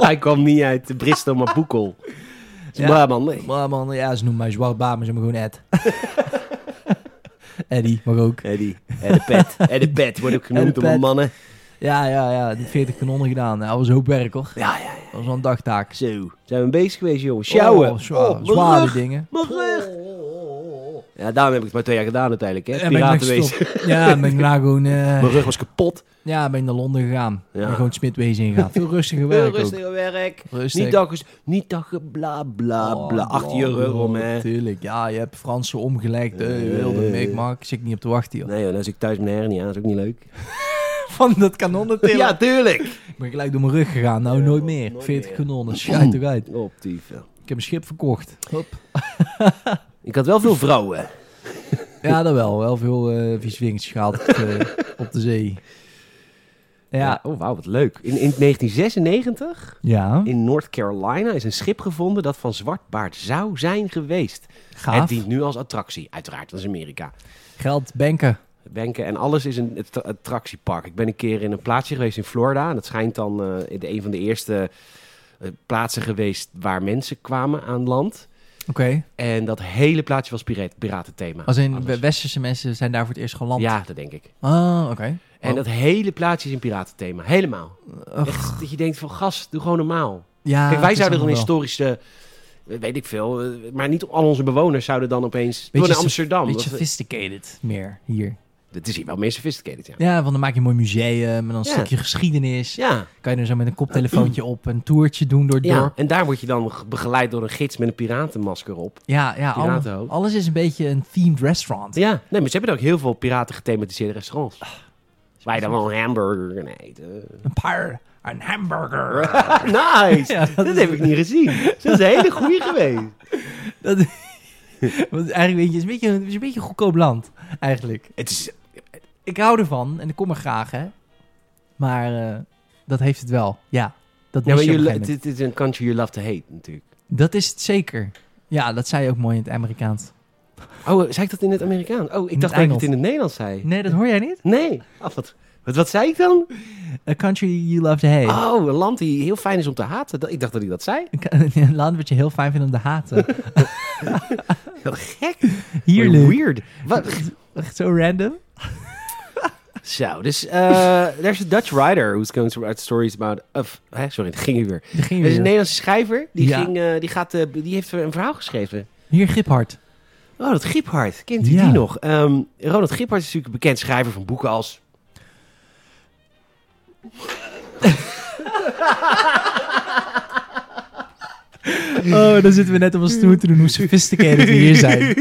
Speaker 1: hij kwam niet uit Bristol, maar Boekel.
Speaker 2: Ja.
Speaker 1: Maar man, nee.
Speaker 2: Maar man, ja, ze noemen mij zwart baard, maar ze noemen me gewoon Ed. Eddie, mag ook.
Speaker 1: Eddie. En de pet. En de pet wordt ook
Speaker 2: En
Speaker 1: genoemd
Speaker 2: de
Speaker 1: door mijn
Speaker 2: pet.
Speaker 1: mannen.
Speaker 2: Ja, ja, ja, die 40 kanonnen gedaan. Dat was een hoop werk, hoor.
Speaker 1: Ja, ja, ja. oh,
Speaker 2: Dat was wel een dagtaak.
Speaker 1: Zo. Zijn we bezig geweest, jongens. Sjouwen.
Speaker 2: Oh, zwaar-
Speaker 1: Oh, mijn
Speaker 2: zware
Speaker 1: rug.
Speaker 2: dingen.
Speaker 1: Mijn rug. Ja, daarom heb ik het maar twee jaar gedaan uiteindelijk. Hè?
Speaker 2: ben ik
Speaker 1: Piraten
Speaker 2: daarna
Speaker 1: wezen.
Speaker 2: gestopt. Ja, ben ik daarna gewoon... eh,
Speaker 1: Mijn rug was kapot.
Speaker 2: ja, ben ik naar Londen gegaan.
Speaker 1: Ja.
Speaker 2: En gewoon Smidwezen ingegaan. Veel rustiger werk ook.
Speaker 1: rustiger werk.
Speaker 2: Rustig.
Speaker 1: Niet dag, niet dag, bla bla
Speaker 2: Oh,
Speaker 1: bla. Achter je rug om, hè.
Speaker 2: Tuurlijk, ja, je hebt Fransen omgelekt. Hey,
Speaker 1: Eh,
Speaker 2: wilde
Speaker 1: eh,
Speaker 2: meekmaak, zit ik niet op te wachten, joh.
Speaker 1: Nee, joh, dan zit ik thuis mijn hernia. Dat is ook niet leuk.
Speaker 2: Van dat kanonnen tillen.
Speaker 1: Ja, tuurlijk.
Speaker 2: Ik ben gelijk door mijn rug gegaan, nou
Speaker 1: Ja,
Speaker 2: nooit meer.
Speaker 1: nooit
Speaker 2: 40
Speaker 1: meer.
Speaker 2: kanonnen, schijt toch uit.
Speaker 1: Op die, ja.
Speaker 2: Ik heb een schip verkocht. Hop.
Speaker 1: Ik had wel veel vrouwen.
Speaker 2: Ja, dat wel. Wel veel eh visvingers gehaald op de, op de zee. Ja.
Speaker 1: Oh, wauw, wat leuk. In, in 1996
Speaker 2: Ja,
Speaker 1: in North Carolina is een schip gevonden dat van Zwartbaard zou zijn geweest. Het
Speaker 2: gaaf.
Speaker 1: dient nu als attractie, uiteraard, dat is Amerika.
Speaker 2: Geld banken.
Speaker 1: Benken en alles is een att- attractiepark. Ik ben een keer in een plaatsje geweest in Florida. En dat schijnt dan eh, de een van de eerste eh, plaatsen geweest waar mensen kwamen aan land.
Speaker 2: Oké.
Speaker 1: En dat hele plaatsje was piraat, piratenthema.
Speaker 2: Als in
Speaker 1: Alles.
Speaker 2: westerse mensen zijn daar voor het eerst geland.
Speaker 1: Ja, dat denk ik.
Speaker 2: Ah, oké.
Speaker 1: En
Speaker 2: Oh.
Speaker 1: dat hele plaatsje is een piratenthema. Helemaal.
Speaker 2: Ugh.
Speaker 1: Echt, dat je denkt van, gast, doe gewoon normaal.
Speaker 2: Ja,
Speaker 1: Kijk, wij
Speaker 2: het is
Speaker 1: zouden er een
Speaker 2: allemaal wel.
Speaker 1: historische... eh, Weet ik veel. eh, Maar niet al onze bewoners zouden dan opeens... door naar
Speaker 2: sof-
Speaker 1: Amsterdam.
Speaker 2: Beetje
Speaker 1: Dat-
Speaker 2: sophisticated meer hier.
Speaker 1: Dat is hier wel meer sophisticated, ja.
Speaker 2: Ja, want dan maak je een mooi museum en dan een
Speaker 1: Ja.
Speaker 2: stukje geschiedenis.
Speaker 1: Ja,
Speaker 2: Kan je dan zo met een koptelefoontje op een toertje doen door het
Speaker 1: ja.
Speaker 2: dorp.
Speaker 1: En daar word je dan ge- begeleid door een gids met een piratenmasker op.
Speaker 2: Ja, ja alle- alles,
Speaker 1: Piratenhoofd.
Speaker 2: is een beetje een themed restaurant.
Speaker 1: Ja, nee, maar ze hebben er ook heel veel piraten gethematiseerde restaurants.
Speaker 2: Ah,
Speaker 1: Waar je dan wel een hamburger kan eten.
Speaker 2: Een paar, een hamburger.
Speaker 1: nice!
Speaker 2: Ja, dat
Speaker 1: dat heb ik niet gezien. Dat is een hele goeie geweest.
Speaker 2: Dat, want eigenlijk weet je, het is een beetje, het is een beetje een goedkoop land, eigenlijk.
Speaker 1: Het is,
Speaker 2: Ik hou ervan en ik kom er graag, hè. Maar eh, dat heeft het wel, ja. Dat
Speaker 1: ja,
Speaker 2: mis
Speaker 1: maar
Speaker 2: je op
Speaker 1: you
Speaker 2: een
Speaker 1: lo-
Speaker 2: gegeven
Speaker 1: het
Speaker 2: moment.
Speaker 1: het is een country you love to hate natuurlijk.
Speaker 2: Dat is het zeker. Ja, dat zei je ook mooi in het Amerikaans.
Speaker 1: Oh, eh, zei ik dat in het Amerikaans? Oh, ik
Speaker 2: het
Speaker 1: dacht dat ik
Speaker 2: Engels.
Speaker 1: het in het Nederlands zei.
Speaker 2: Nee, dat hoor jij niet?
Speaker 1: Nee. Af, wat, wat, wat zei ik dan?
Speaker 2: A country you love to hate.
Speaker 1: Oh, een land die heel fijn is om te haten. Dat- Ik dacht dat ik dat zei.
Speaker 2: Een land wat je heel fijn vindt om te haten.
Speaker 1: Wat gek.
Speaker 2: Hier
Speaker 1: Wat
Speaker 2: leuk.
Speaker 1: Weird. Wat,
Speaker 2: Echt zo random.
Speaker 1: zo, dus eh there's a Dutch writer who's going to write stories about... Of, hè, sorry, dat ging hier weer.
Speaker 2: Die ging
Speaker 1: Er is een
Speaker 2: weer.
Speaker 1: Nederlandse schrijver, die,
Speaker 2: Ja.
Speaker 1: ging, eh, die, gaat, eh, die heeft een verhaal geschreven.
Speaker 2: Hier Giphard.
Speaker 1: Oh, dat Giphart. Kent u
Speaker 2: Ja.
Speaker 1: die nog? Ehm, Ronald Giphart is natuurlijk een bekend schrijver van boeken als...
Speaker 2: Oh, dan zitten we net op ons toe te doen hoe sophisticated we hier zijn.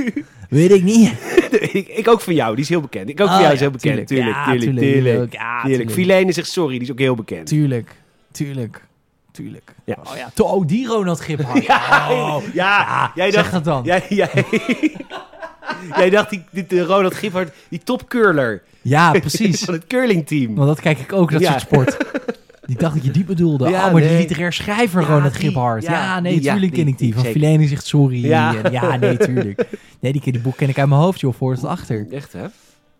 Speaker 2: Weet ik niet.
Speaker 1: ik, ik ook van jou, die is heel bekend. Ik ook
Speaker 2: Oh,
Speaker 1: van jou is
Speaker 2: ja,
Speaker 1: heel bekend. Tuurlijk,
Speaker 2: Ja,
Speaker 1: tuurlijk, tuurlijk.
Speaker 2: tuurlijk,
Speaker 1: tuurlijk.
Speaker 2: ja, tuurlijk.
Speaker 1: Filene zegt sorry, die is ook heel bekend.
Speaker 2: Tuurlijk. Tuurlijk. Tuurlijk.
Speaker 1: Ja.
Speaker 2: Oh ja. To- Oh, die Ronald Giphard. Oh.
Speaker 1: Ja, jij
Speaker 2: zeg
Speaker 1: dacht...
Speaker 2: dat dan.
Speaker 1: Jij, jij, jij dacht, die, die, de Ronald Giphart, die topcurler
Speaker 2: Ja, precies.
Speaker 1: van het curlingteam.
Speaker 2: Want dat kijk ik ook, dat
Speaker 1: Ja.
Speaker 2: soort sport. Die dacht dat je die bedoelde.
Speaker 1: Ja,
Speaker 2: oh, maar die
Speaker 1: nee.
Speaker 2: literair schrijver
Speaker 1: Ja,
Speaker 2: Ronald
Speaker 1: die.
Speaker 2: Giphard. Ja,
Speaker 1: Ja,
Speaker 2: nee,
Speaker 1: die, ja,
Speaker 2: tuurlijk
Speaker 1: die,
Speaker 2: ken ik die.
Speaker 1: die,
Speaker 2: Van
Speaker 1: zeker.
Speaker 2: Filene zegt sorry.
Speaker 1: Ja.
Speaker 2: Ja. ja, nee, tuurlijk. Nee, die, ken- die boek ken ik uit mijn hoofd, joh. Voor tot achter.
Speaker 1: Echt, hè?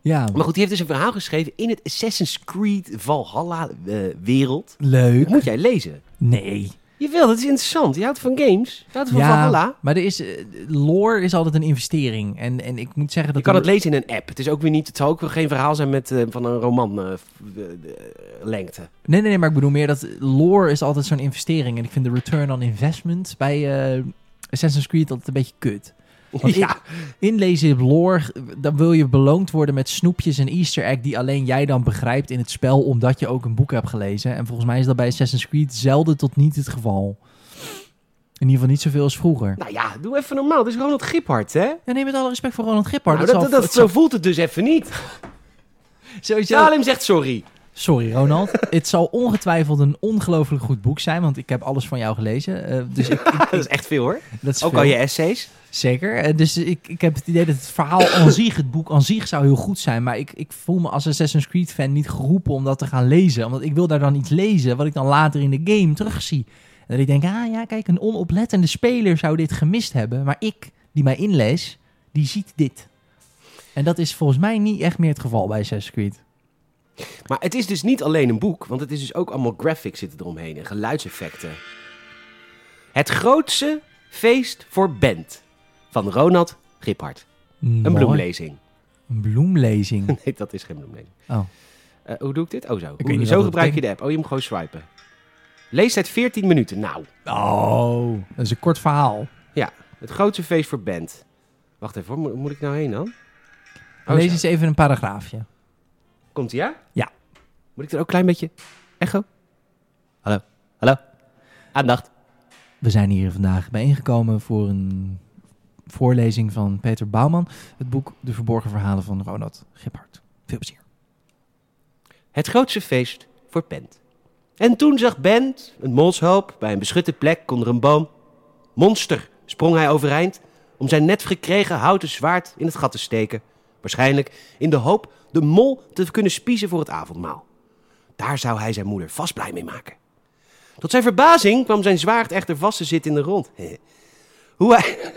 Speaker 2: Ja,
Speaker 1: Maar goed, die heeft dus een verhaal geschreven in het Assassin's Creed Valhalla-wereld.
Speaker 2: leuk.
Speaker 1: moet jij lezen.
Speaker 2: Nee.
Speaker 1: Jawel, dat is interessant. Je houdt van games. Je houdt van Valhalla.
Speaker 2: maar er is, eh, lore is altijd een investering. En, en ik moet zeggen dat...
Speaker 1: Je kan
Speaker 2: de-
Speaker 1: het lezen in een app. Het, is ook weer niet, het zal ook weer geen verhaal zijn met, eh, van een roman eh, f- de- de- lengte.
Speaker 2: Nee, nee, nee, maar ik bedoel meer dat lore is altijd zo'n investering. En ik vind de return on investment bij eh, Assassin's Creed altijd een beetje kut. Want in-
Speaker 1: ja,
Speaker 2: Inlezen op lore, dan wil je beloond worden met snoepjes en easter egg die alleen jij dan begrijpt in het spel, omdat je ook een boek hebt gelezen. En volgens mij is dat bij Assassin's Creed zelden tot niet het geval. In ieder geval niet zoveel als vroeger.
Speaker 1: nou ja, doe even normaal. Dit is Ronald Giphart, hè?
Speaker 2: Ja, nee, met alle respect voor Ronald Gippard.
Speaker 1: Nou,
Speaker 2: dat
Speaker 1: dat,
Speaker 2: zal-
Speaker 1: dat-
Speaker 2: dat
Speaker 1: zo voelt het dus even niet.
Speaker 2: zal- sowieso-
Speaker 1: Salim zegt sorry.
Speaker 2: Sorry, Ronald. het zal ongetwijfeld een ongelooflijk goed boek zijn, want ik heb alles van jou gelezen. Eh, dus ik, ik-
Speaker 1: dat is echt veel, hoor.
Speaker 2: dat is
Speaker 1: Ook
Speaker 2: veel.
Speaker 1: al je essays.
Speaker 2: Zeker. Eh, Dus ik, ik heb het idee dat het verhaal aan zich, het boek aan zich zou heel goed zijn. Maar ik, ik voel me als Assassin's Creed fan niet geroepen om dat te gaan lezen. Omdat ik wil daar dan iets lezen wat ik dan later in de game terugzie. En dat ik denk, ah ja, kijk, een onoplettende speler zou dit gemist hebben. Maar ik, die mij inlees, die ziet dit. En dat is volgens mij niet echt meer het geval bij Assassin's Creed.
Speaker 1: Maar het is dus niet alleen een boek, want het is dus ook allemaal graphics zitten eromheen en geluidseffecten. Het grootste feest voor Bent van Ronald Giphart. Een bloemlezing.
Speaker 2: Een bloemlezing.
Speaker 1: Nee, dat is geen bloemlezing.
Speaker 2: Oh.
Speaker 1: Eh, hoe doe ik dit? Oh, zo.
Speaker 2: Ik weet
Speaker 1: Hoe-
Speaker 2: niet
Speaker 1: zo
Speaker 2: wat dat
Speaker 1: gebruik je
Speaker 2: betekent.
Speaker 1: de app. Oh, je moet gewoon swipen. Leestijd 14 minuten. Nou,
Speaker 2: Oh, dat is een kort verhaal.
Speaker 1: het grootste feest voor Bent. Wacht even hoor, moet, moet ik nou heen dan? Oh,
Speaker 2: Lees
Speaker 1: zo.
Speaker 2: eens even een paragraafje.
Speaker 1: Komt ie, ja?
Speaker 2: Ja.
Speaker 1: Moet ik er ook een klein beetje... Echo? Hallo? Hallo? Aandacht.
Speaker 2: We zijn hier vandaag bijeengekomen voor een voorlezing van Peter Bouwman. Het boek De Verborgen Verhalen van Ronald Giphart. Veel plezier.
Speaker 1: Het grootste feest voor Bent. En toen zag Bent, een molshoop, bij een beschutte plek onder een boom. Monster sprong hij overeind om zijn net gekregen houten zwaard in het gat te steken. Waarschijnlijk in de hoop de mol te kunnen spiezen voor het avondmaal. Daar zou hij zijn moeder vast blij mee maken. Tot zijn verbazing kwam zijn zwaard echter vast te zitten in de rond. Hoe hij,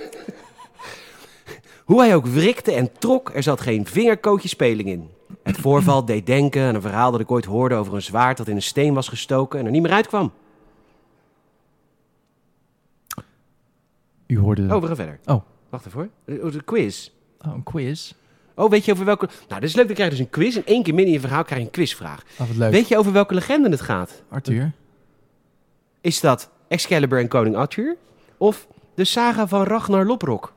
Speaker 1: Hoe hij ook wrikte en trok, er zat geen vingerkootje speling in. Het voorval deed denken aan een verhaal dat ik ooit hoorde over een zwaard dat in een steen was gestoken en er niet meer uitkwam.
Speaker 2: U hoorde...
Speaker 1: Oh, we gaan verder.
Speaker 2: Oh.
Speaker 1: Wacht even hoor. Eh, oh, De quiz.
Speaker 2: Oh, een quiz.
Speaker 1: Oh, weet je over welke... Nou, dit is leuk. Dan krijg je dus een quiz. In één keer midden in je verhaal krijg je een quizvraag.
Speaker 2: Oh, wat leuk.
Speaker 1: Weet je over welke legende het gaat?
Speaker 2: Arthur?
Speaker 1: Is dat Excalibur en Koning Arthur? Of de saga van Ragnar Lodbrok?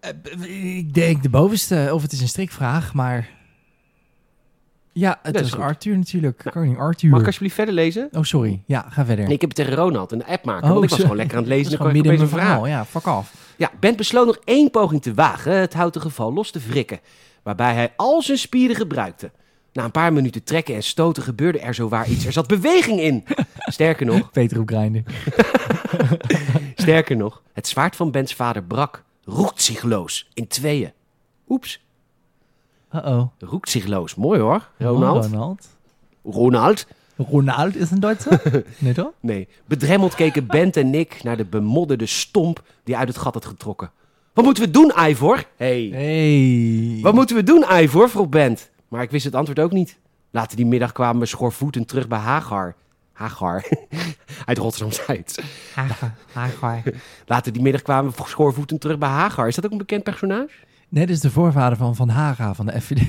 Speaker 2: Eh, ik denk de bovenste, of het is een strikvraag, maar... Ja, het
Speaker 1: Dat is
Speaker 2: is
Speaker 1: goed.
Speaker 2: Arthur natuurlijk. Koning Arthur.
Speaker 1: Mag ik alsjeblieft verder lezen?
Speaker 2: Oh, sorry. Ja, ga verder.
Speaker 1: Nee, ik heb het tegen Ronald een app maken,
Speaker 2: Oh,
Speaker 1: want ik was
Speaker 2: zo.
Speaker 1: gewoon lekker aan het
Speaker 2: Dat
Speaker 1: lezen.
Speaker 2: is
Speaker 1: en dan
Speaker 2: gewoon
Speaker 1: kwam ik
Speaker 2: midden in
Speaker 1: opeens
Speaker 2: mijn
Speaker 1: een vraag.
Speaker 2: verhaal. Ja, fuck off.
Speaker 1: Ja, Bent besloot nog één poging te wagen het houten geval los te wrikken, waarbij hij al zijn spieren gebruikte. Na een paar minuten trekken en stoten gebeurde er zowaar iets. Er zat beweging in. Sterker nog,
Speaker 2: Peter op Grindr.
Speaker 1: sterker nog, het zwaard van Bens vader brak, roekzichtloos, in tweeën. Oeps,
Speaker 2: Uh-oh. Oh,
Speaker 1: roekzichtloos. Mooi hoor, Ronald.
Speaker 2: Ronald.
Speaker 1: Ronald?
Speaker 2: Ronald is een Duitser? nee toch?
Speaker 1: Nee. Bedremmeld keken Bent en Nick naar de bemodderde stomp die uit het gat had getrokken. Wat moeten we doen, Ivor? Hey.
Speaker 2: Hey.
Speaker 1: Wat moeten we doen, Ivor? vroeg Bent. Maar ik wist het antwoord ook niet. Later die middag kwamen we schoorvoetend terug bij Hagar. Hagar. Uit Rotterdam-Zuid.
Speaker 2: Hagen. Hagen.
Speaker 1: Later die middag kwamen we schoorvoetend terug bij Hagar. Is dat ook een bekend personage?
Speaker 2: Net is de voorvader van Van Haga van de FVD.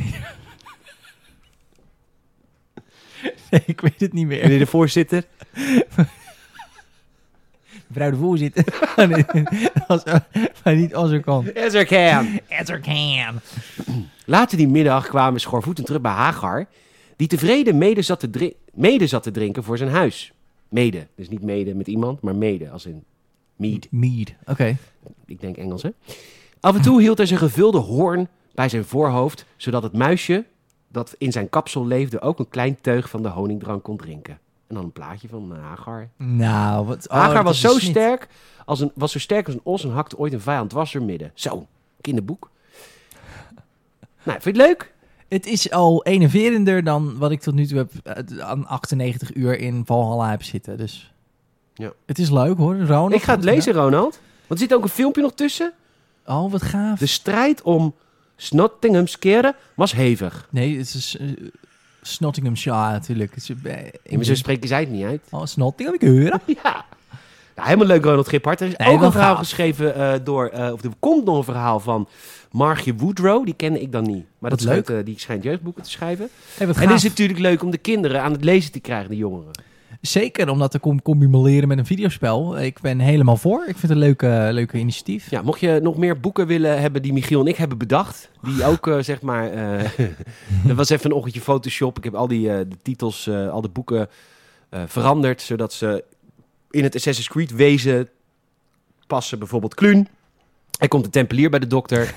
Speaker 2: nee, ik weet het niet meer.
Speaker 1: de voorzitter.
Speaker 2: Mevrouw de voorzitter. nee, als, maar niet als er kan.
Speaker 1: Ezerkam.
Speaker 2: As er can.
Speaker 1: Later die middag kwamen we schoorvoetend terug bij Hagar. Die tevreden mede zat, te dri- mede zat te drinken voor zijn huis. Mede. Dus niet mede met iemand, maar mede als in mead.
Speaker 2: Mead. Oké.
Speaker 1: ik denk Engels hè. Af en toe hield hij zijn gevulde hoorn bij zijn voorhoofd, zodat het muisje dat in zijn kapsel leefde ook een klein teug van de honingdrank kon drinken. En dan een plaatje van eh, Hagar.
Speaker 2: Nou, wat... oh,
Speaker 1: Hagar
Speaker 2: dat
Speaker 1: was
Speaker 2: is
Speaker 1: zo
Speaker 2: een snit.
Speaker 1: sterk, als een, was zo sterk als een os en hakte ooit een vijand dwars er midden. Zo, kinderboek. nou, vind je het leuk?
Speaker 2: Het is al enerverender dan wat ik tot nu toe heb eh, aan 98 uur in Valhalla heb zitten. Dus
Speaker 1: Ja.
Speaker 2: het is leuk hoor. Ronald.
Speaker 1: ik ga het lezen, Ronald. Want er zit ook een filmpje nog tussen.
Speaker 2: Oh, wat gaaf.
Speaker 1: De strijd om Snottingham's keren was hevig.
Speaker 2: Nee, het is eh, Snottinghamshire natuurlijk. Het is, eh,
Speaker 1: In mijn zo spreken zij het niet uit.
Speaker 2: Oh, Snottinghamshire.
Speaker 1: Ja. Nou, helemaal leuk, Ronald Giphart. Er is
Speaker 2: Nee,
Speaker 1: ook
Speaker 2: wel
Speaker 1: een verhaal
Speaker 2: gaaf.
Speaker 1: geschreven eh, door... eh, of er komt nog een verhaal van Margie Woodrow. Die kende ik dan niet. Maar dat
Speaker 2: Wat
Speaker 1: schijnt, eh, die schijnt jeugdboeken te schrijven.
Speaker 2: Hey, wat
Speaker 1: En het
Speaker 2: gaaf.
Speaker 1: is natuurlijk leuk om de kinderen aan het lezen te krijgen, de jongeren.
Speaker 2: Zeker omdat te kom combineren met een videospel. Ik ben helemaal voor. Ik vind het een leuke, leuke initiatief.
Speaker 1: Ja, mocht je nog meer boeken willen hebben die Michiel en ik hebben bedacht... die ook, eh, zeg maar... eh dat was even een ochtendje Photoshop. Ik heb al die eh, de titels, eh, al de boeken eh, veranderd... zodat ze in het Assassin's Creed wezen passen. Bijvoorbeeld Kluun. Er komt een tempelier bij de dokter.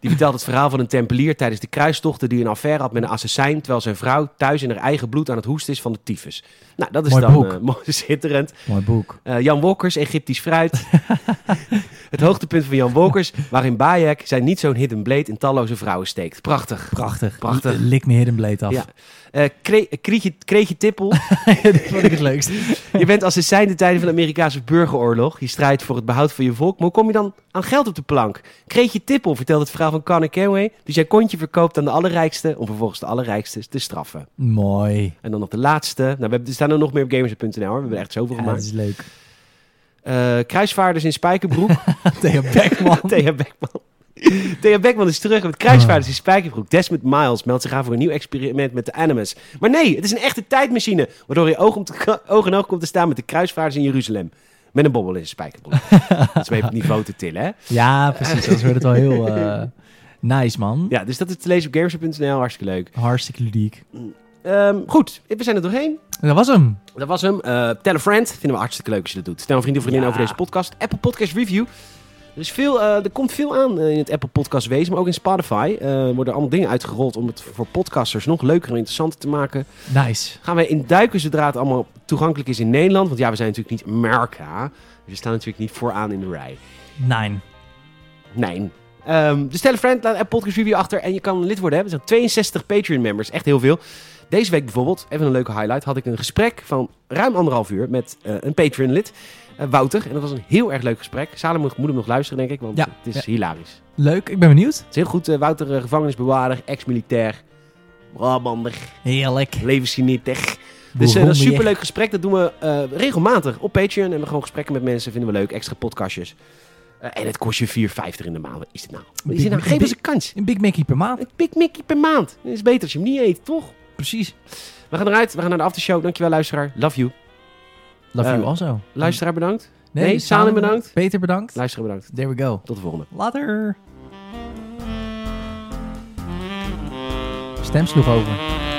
Speaker 1: Die vertelt het verhaal van een tempelier tijdens de kruistochten... die een affaire had met een assassijn... terwijl zijn vrouw thuis in haar eigen bloed aan het hoesten is van de tyfus. Nou, dat is
Speaker 2: Mooi
Speaker 1: dan
Speaker 2: boek.
Speaker 1: eh, mooi schitterend.
Speaker 2: Mooi boek.
Speaker 1: Eh, Jan Wolkers, Egyptisch fruit. het hoogtepunt van Jan Wolkers, waarin Bayek zijn niet zo'n hidden blade in talloze vrouwen steekt. Prachtig.
Speaker 2: Prachtig.
Speaker 1: Prachtig.
Speaker 2: L- Lik me Hidden Blade af.
Speaker 1: Ja. Eh Kre- eh, Krietje- Kreetje Tippel,
Speaker 2: dat vond ik het leukste.
Speaker 1: je bent assessijn de tijden van de Amerikaanse burgeroorlog. Je strijdt voor het behoud van je volk, maar hoe kom je dan aan geld op de plank? Kreetje Tippel vertelt het verhaal van Conor Kenway, die zijn kontje verkoopt aan de allerrijkste om vervolgens de allerrijkste te straffen.
Speaker 2: Mooi.
Speaker 1: En dan nog de laatste. Nou, we hebben, er staan er nog meer op gamers.nl hoor, we hebben er echt zoveel
Speaker 2: Ja, dat
Speaker 1: gemaakt.
Speaker 2: is leuk.
Speaker 1: Eh, kruisvaarders in Spijkerbroek.
Speaker 2: Theo Beckman.
Speaker 1: Thea Beckman. Thea Beckman is terug met kruisvaarders in Spijkerbroek. Desmond Miles meldt zich aan voor een nieuw experiment met de Animus. Maar nee, het is een echte tijdmachine, waardoor je oog, om te, oog in oog komt te staan met de kruisvaarders in Jeruzalem. Met een bobbel in zijn spijkerbroek. dat is om even het niveau te tillen, hè?
Speaker 2: Ja, precies. Dat wordt het wel heel eh, nice, man.
Speaker 1: Ja, dus dat is te lezen op gamers.nl. Hartstikke leuk.
Speaker 2: Hartstikke ludiek.
Speaker 1: Ehm, goed, we zijn er doorheen.
Speaker 2: Dat was hem.
Speaker 1: Dat was hem. Eh, tell a friend. Vinden we hartstikke leuk als je dat doet. Stel een vriend of vriendin
Speaker 2: Ja.
Speaker 1: over deze podcast. Apple Podcast Review. Er, is veel, eh, er komt veel aan eh, in het Apple Podcast wezen, maar ook in Spotify. Eh, worden allemaal dingen uitgerold om het voor podcasters nog leuker en interessanter te maken.
Speaker 2: Nice.
Speaker 1: Gaan wij induiken zodra het allemaal toegankelijk is in Nederland. Want ja, we zijn natuurlijk niet Amerika. Dus we staan natuurlijk niet vooraan in de rij.
Speaker 2: Nine.
Speaker 1: Nee. Ehm dus stel een friend, laat een podcast review achter en je kan lid worden. Hè? Er zijn 62 Patreon-members, echt heel veel. Deze week bijvoorbeeld, even een leuke highlight, had ik een gesprek van ruim anderhalf uur met eh, een Patreon-lid, eh, Wouter. En dat was een heel erg leuk gesprek. Salem moet hem nog luisteren, denk ik, want
Speaker 2: Ja.
Speaker 1: het is hilarisch.
Speaker 2: Leuk, ik ben benieuwd.
Speaker 1: Het is heel goed, eh, Wouter, eh, gevangenisbewaarder, ex-militair, Oh, Brabander,
Speaker 2: Heerlijk.
Speaker 1: levensgenietig. Dus eh, dat is een superleuk gesprek. Dat doen we eh, regelmatig op Patreon. En we gewoon gesprekken met mensen. Vinden we leuk. Extra podcastjes. Eh, en het kost je 4,50 in de maand. Wat is dit nou? Wat is dit nou?
Speaker 2: Big-
Speaker 1: Geef eens een kans.
Speaker 2: Een Big Mac per maand.
Speaker 1: Een Big Mickey per maand. Dat is beter als je hem niet eet, toch?
Speaker 2: Precies.
Speaker 1: We gaan eruit. We gaan naar de aftershow. Dankjewel, luisteraar. Love you.
Speaker 2: Love
Speaker 1: Eh,
Speaker 2: you also.
Speaker 1: Luisteraar bedankt.
Speaker 2: Nee,
Speaker 1: nee, Salim bedankt.
Speaker 2: Peter bedankt.
Speaker 1: Luisteraar bedankt.
Speaker 2: There we go.
Speaker 1: Tot de volgende.
Speaker 2: Later. Stem sloeg over.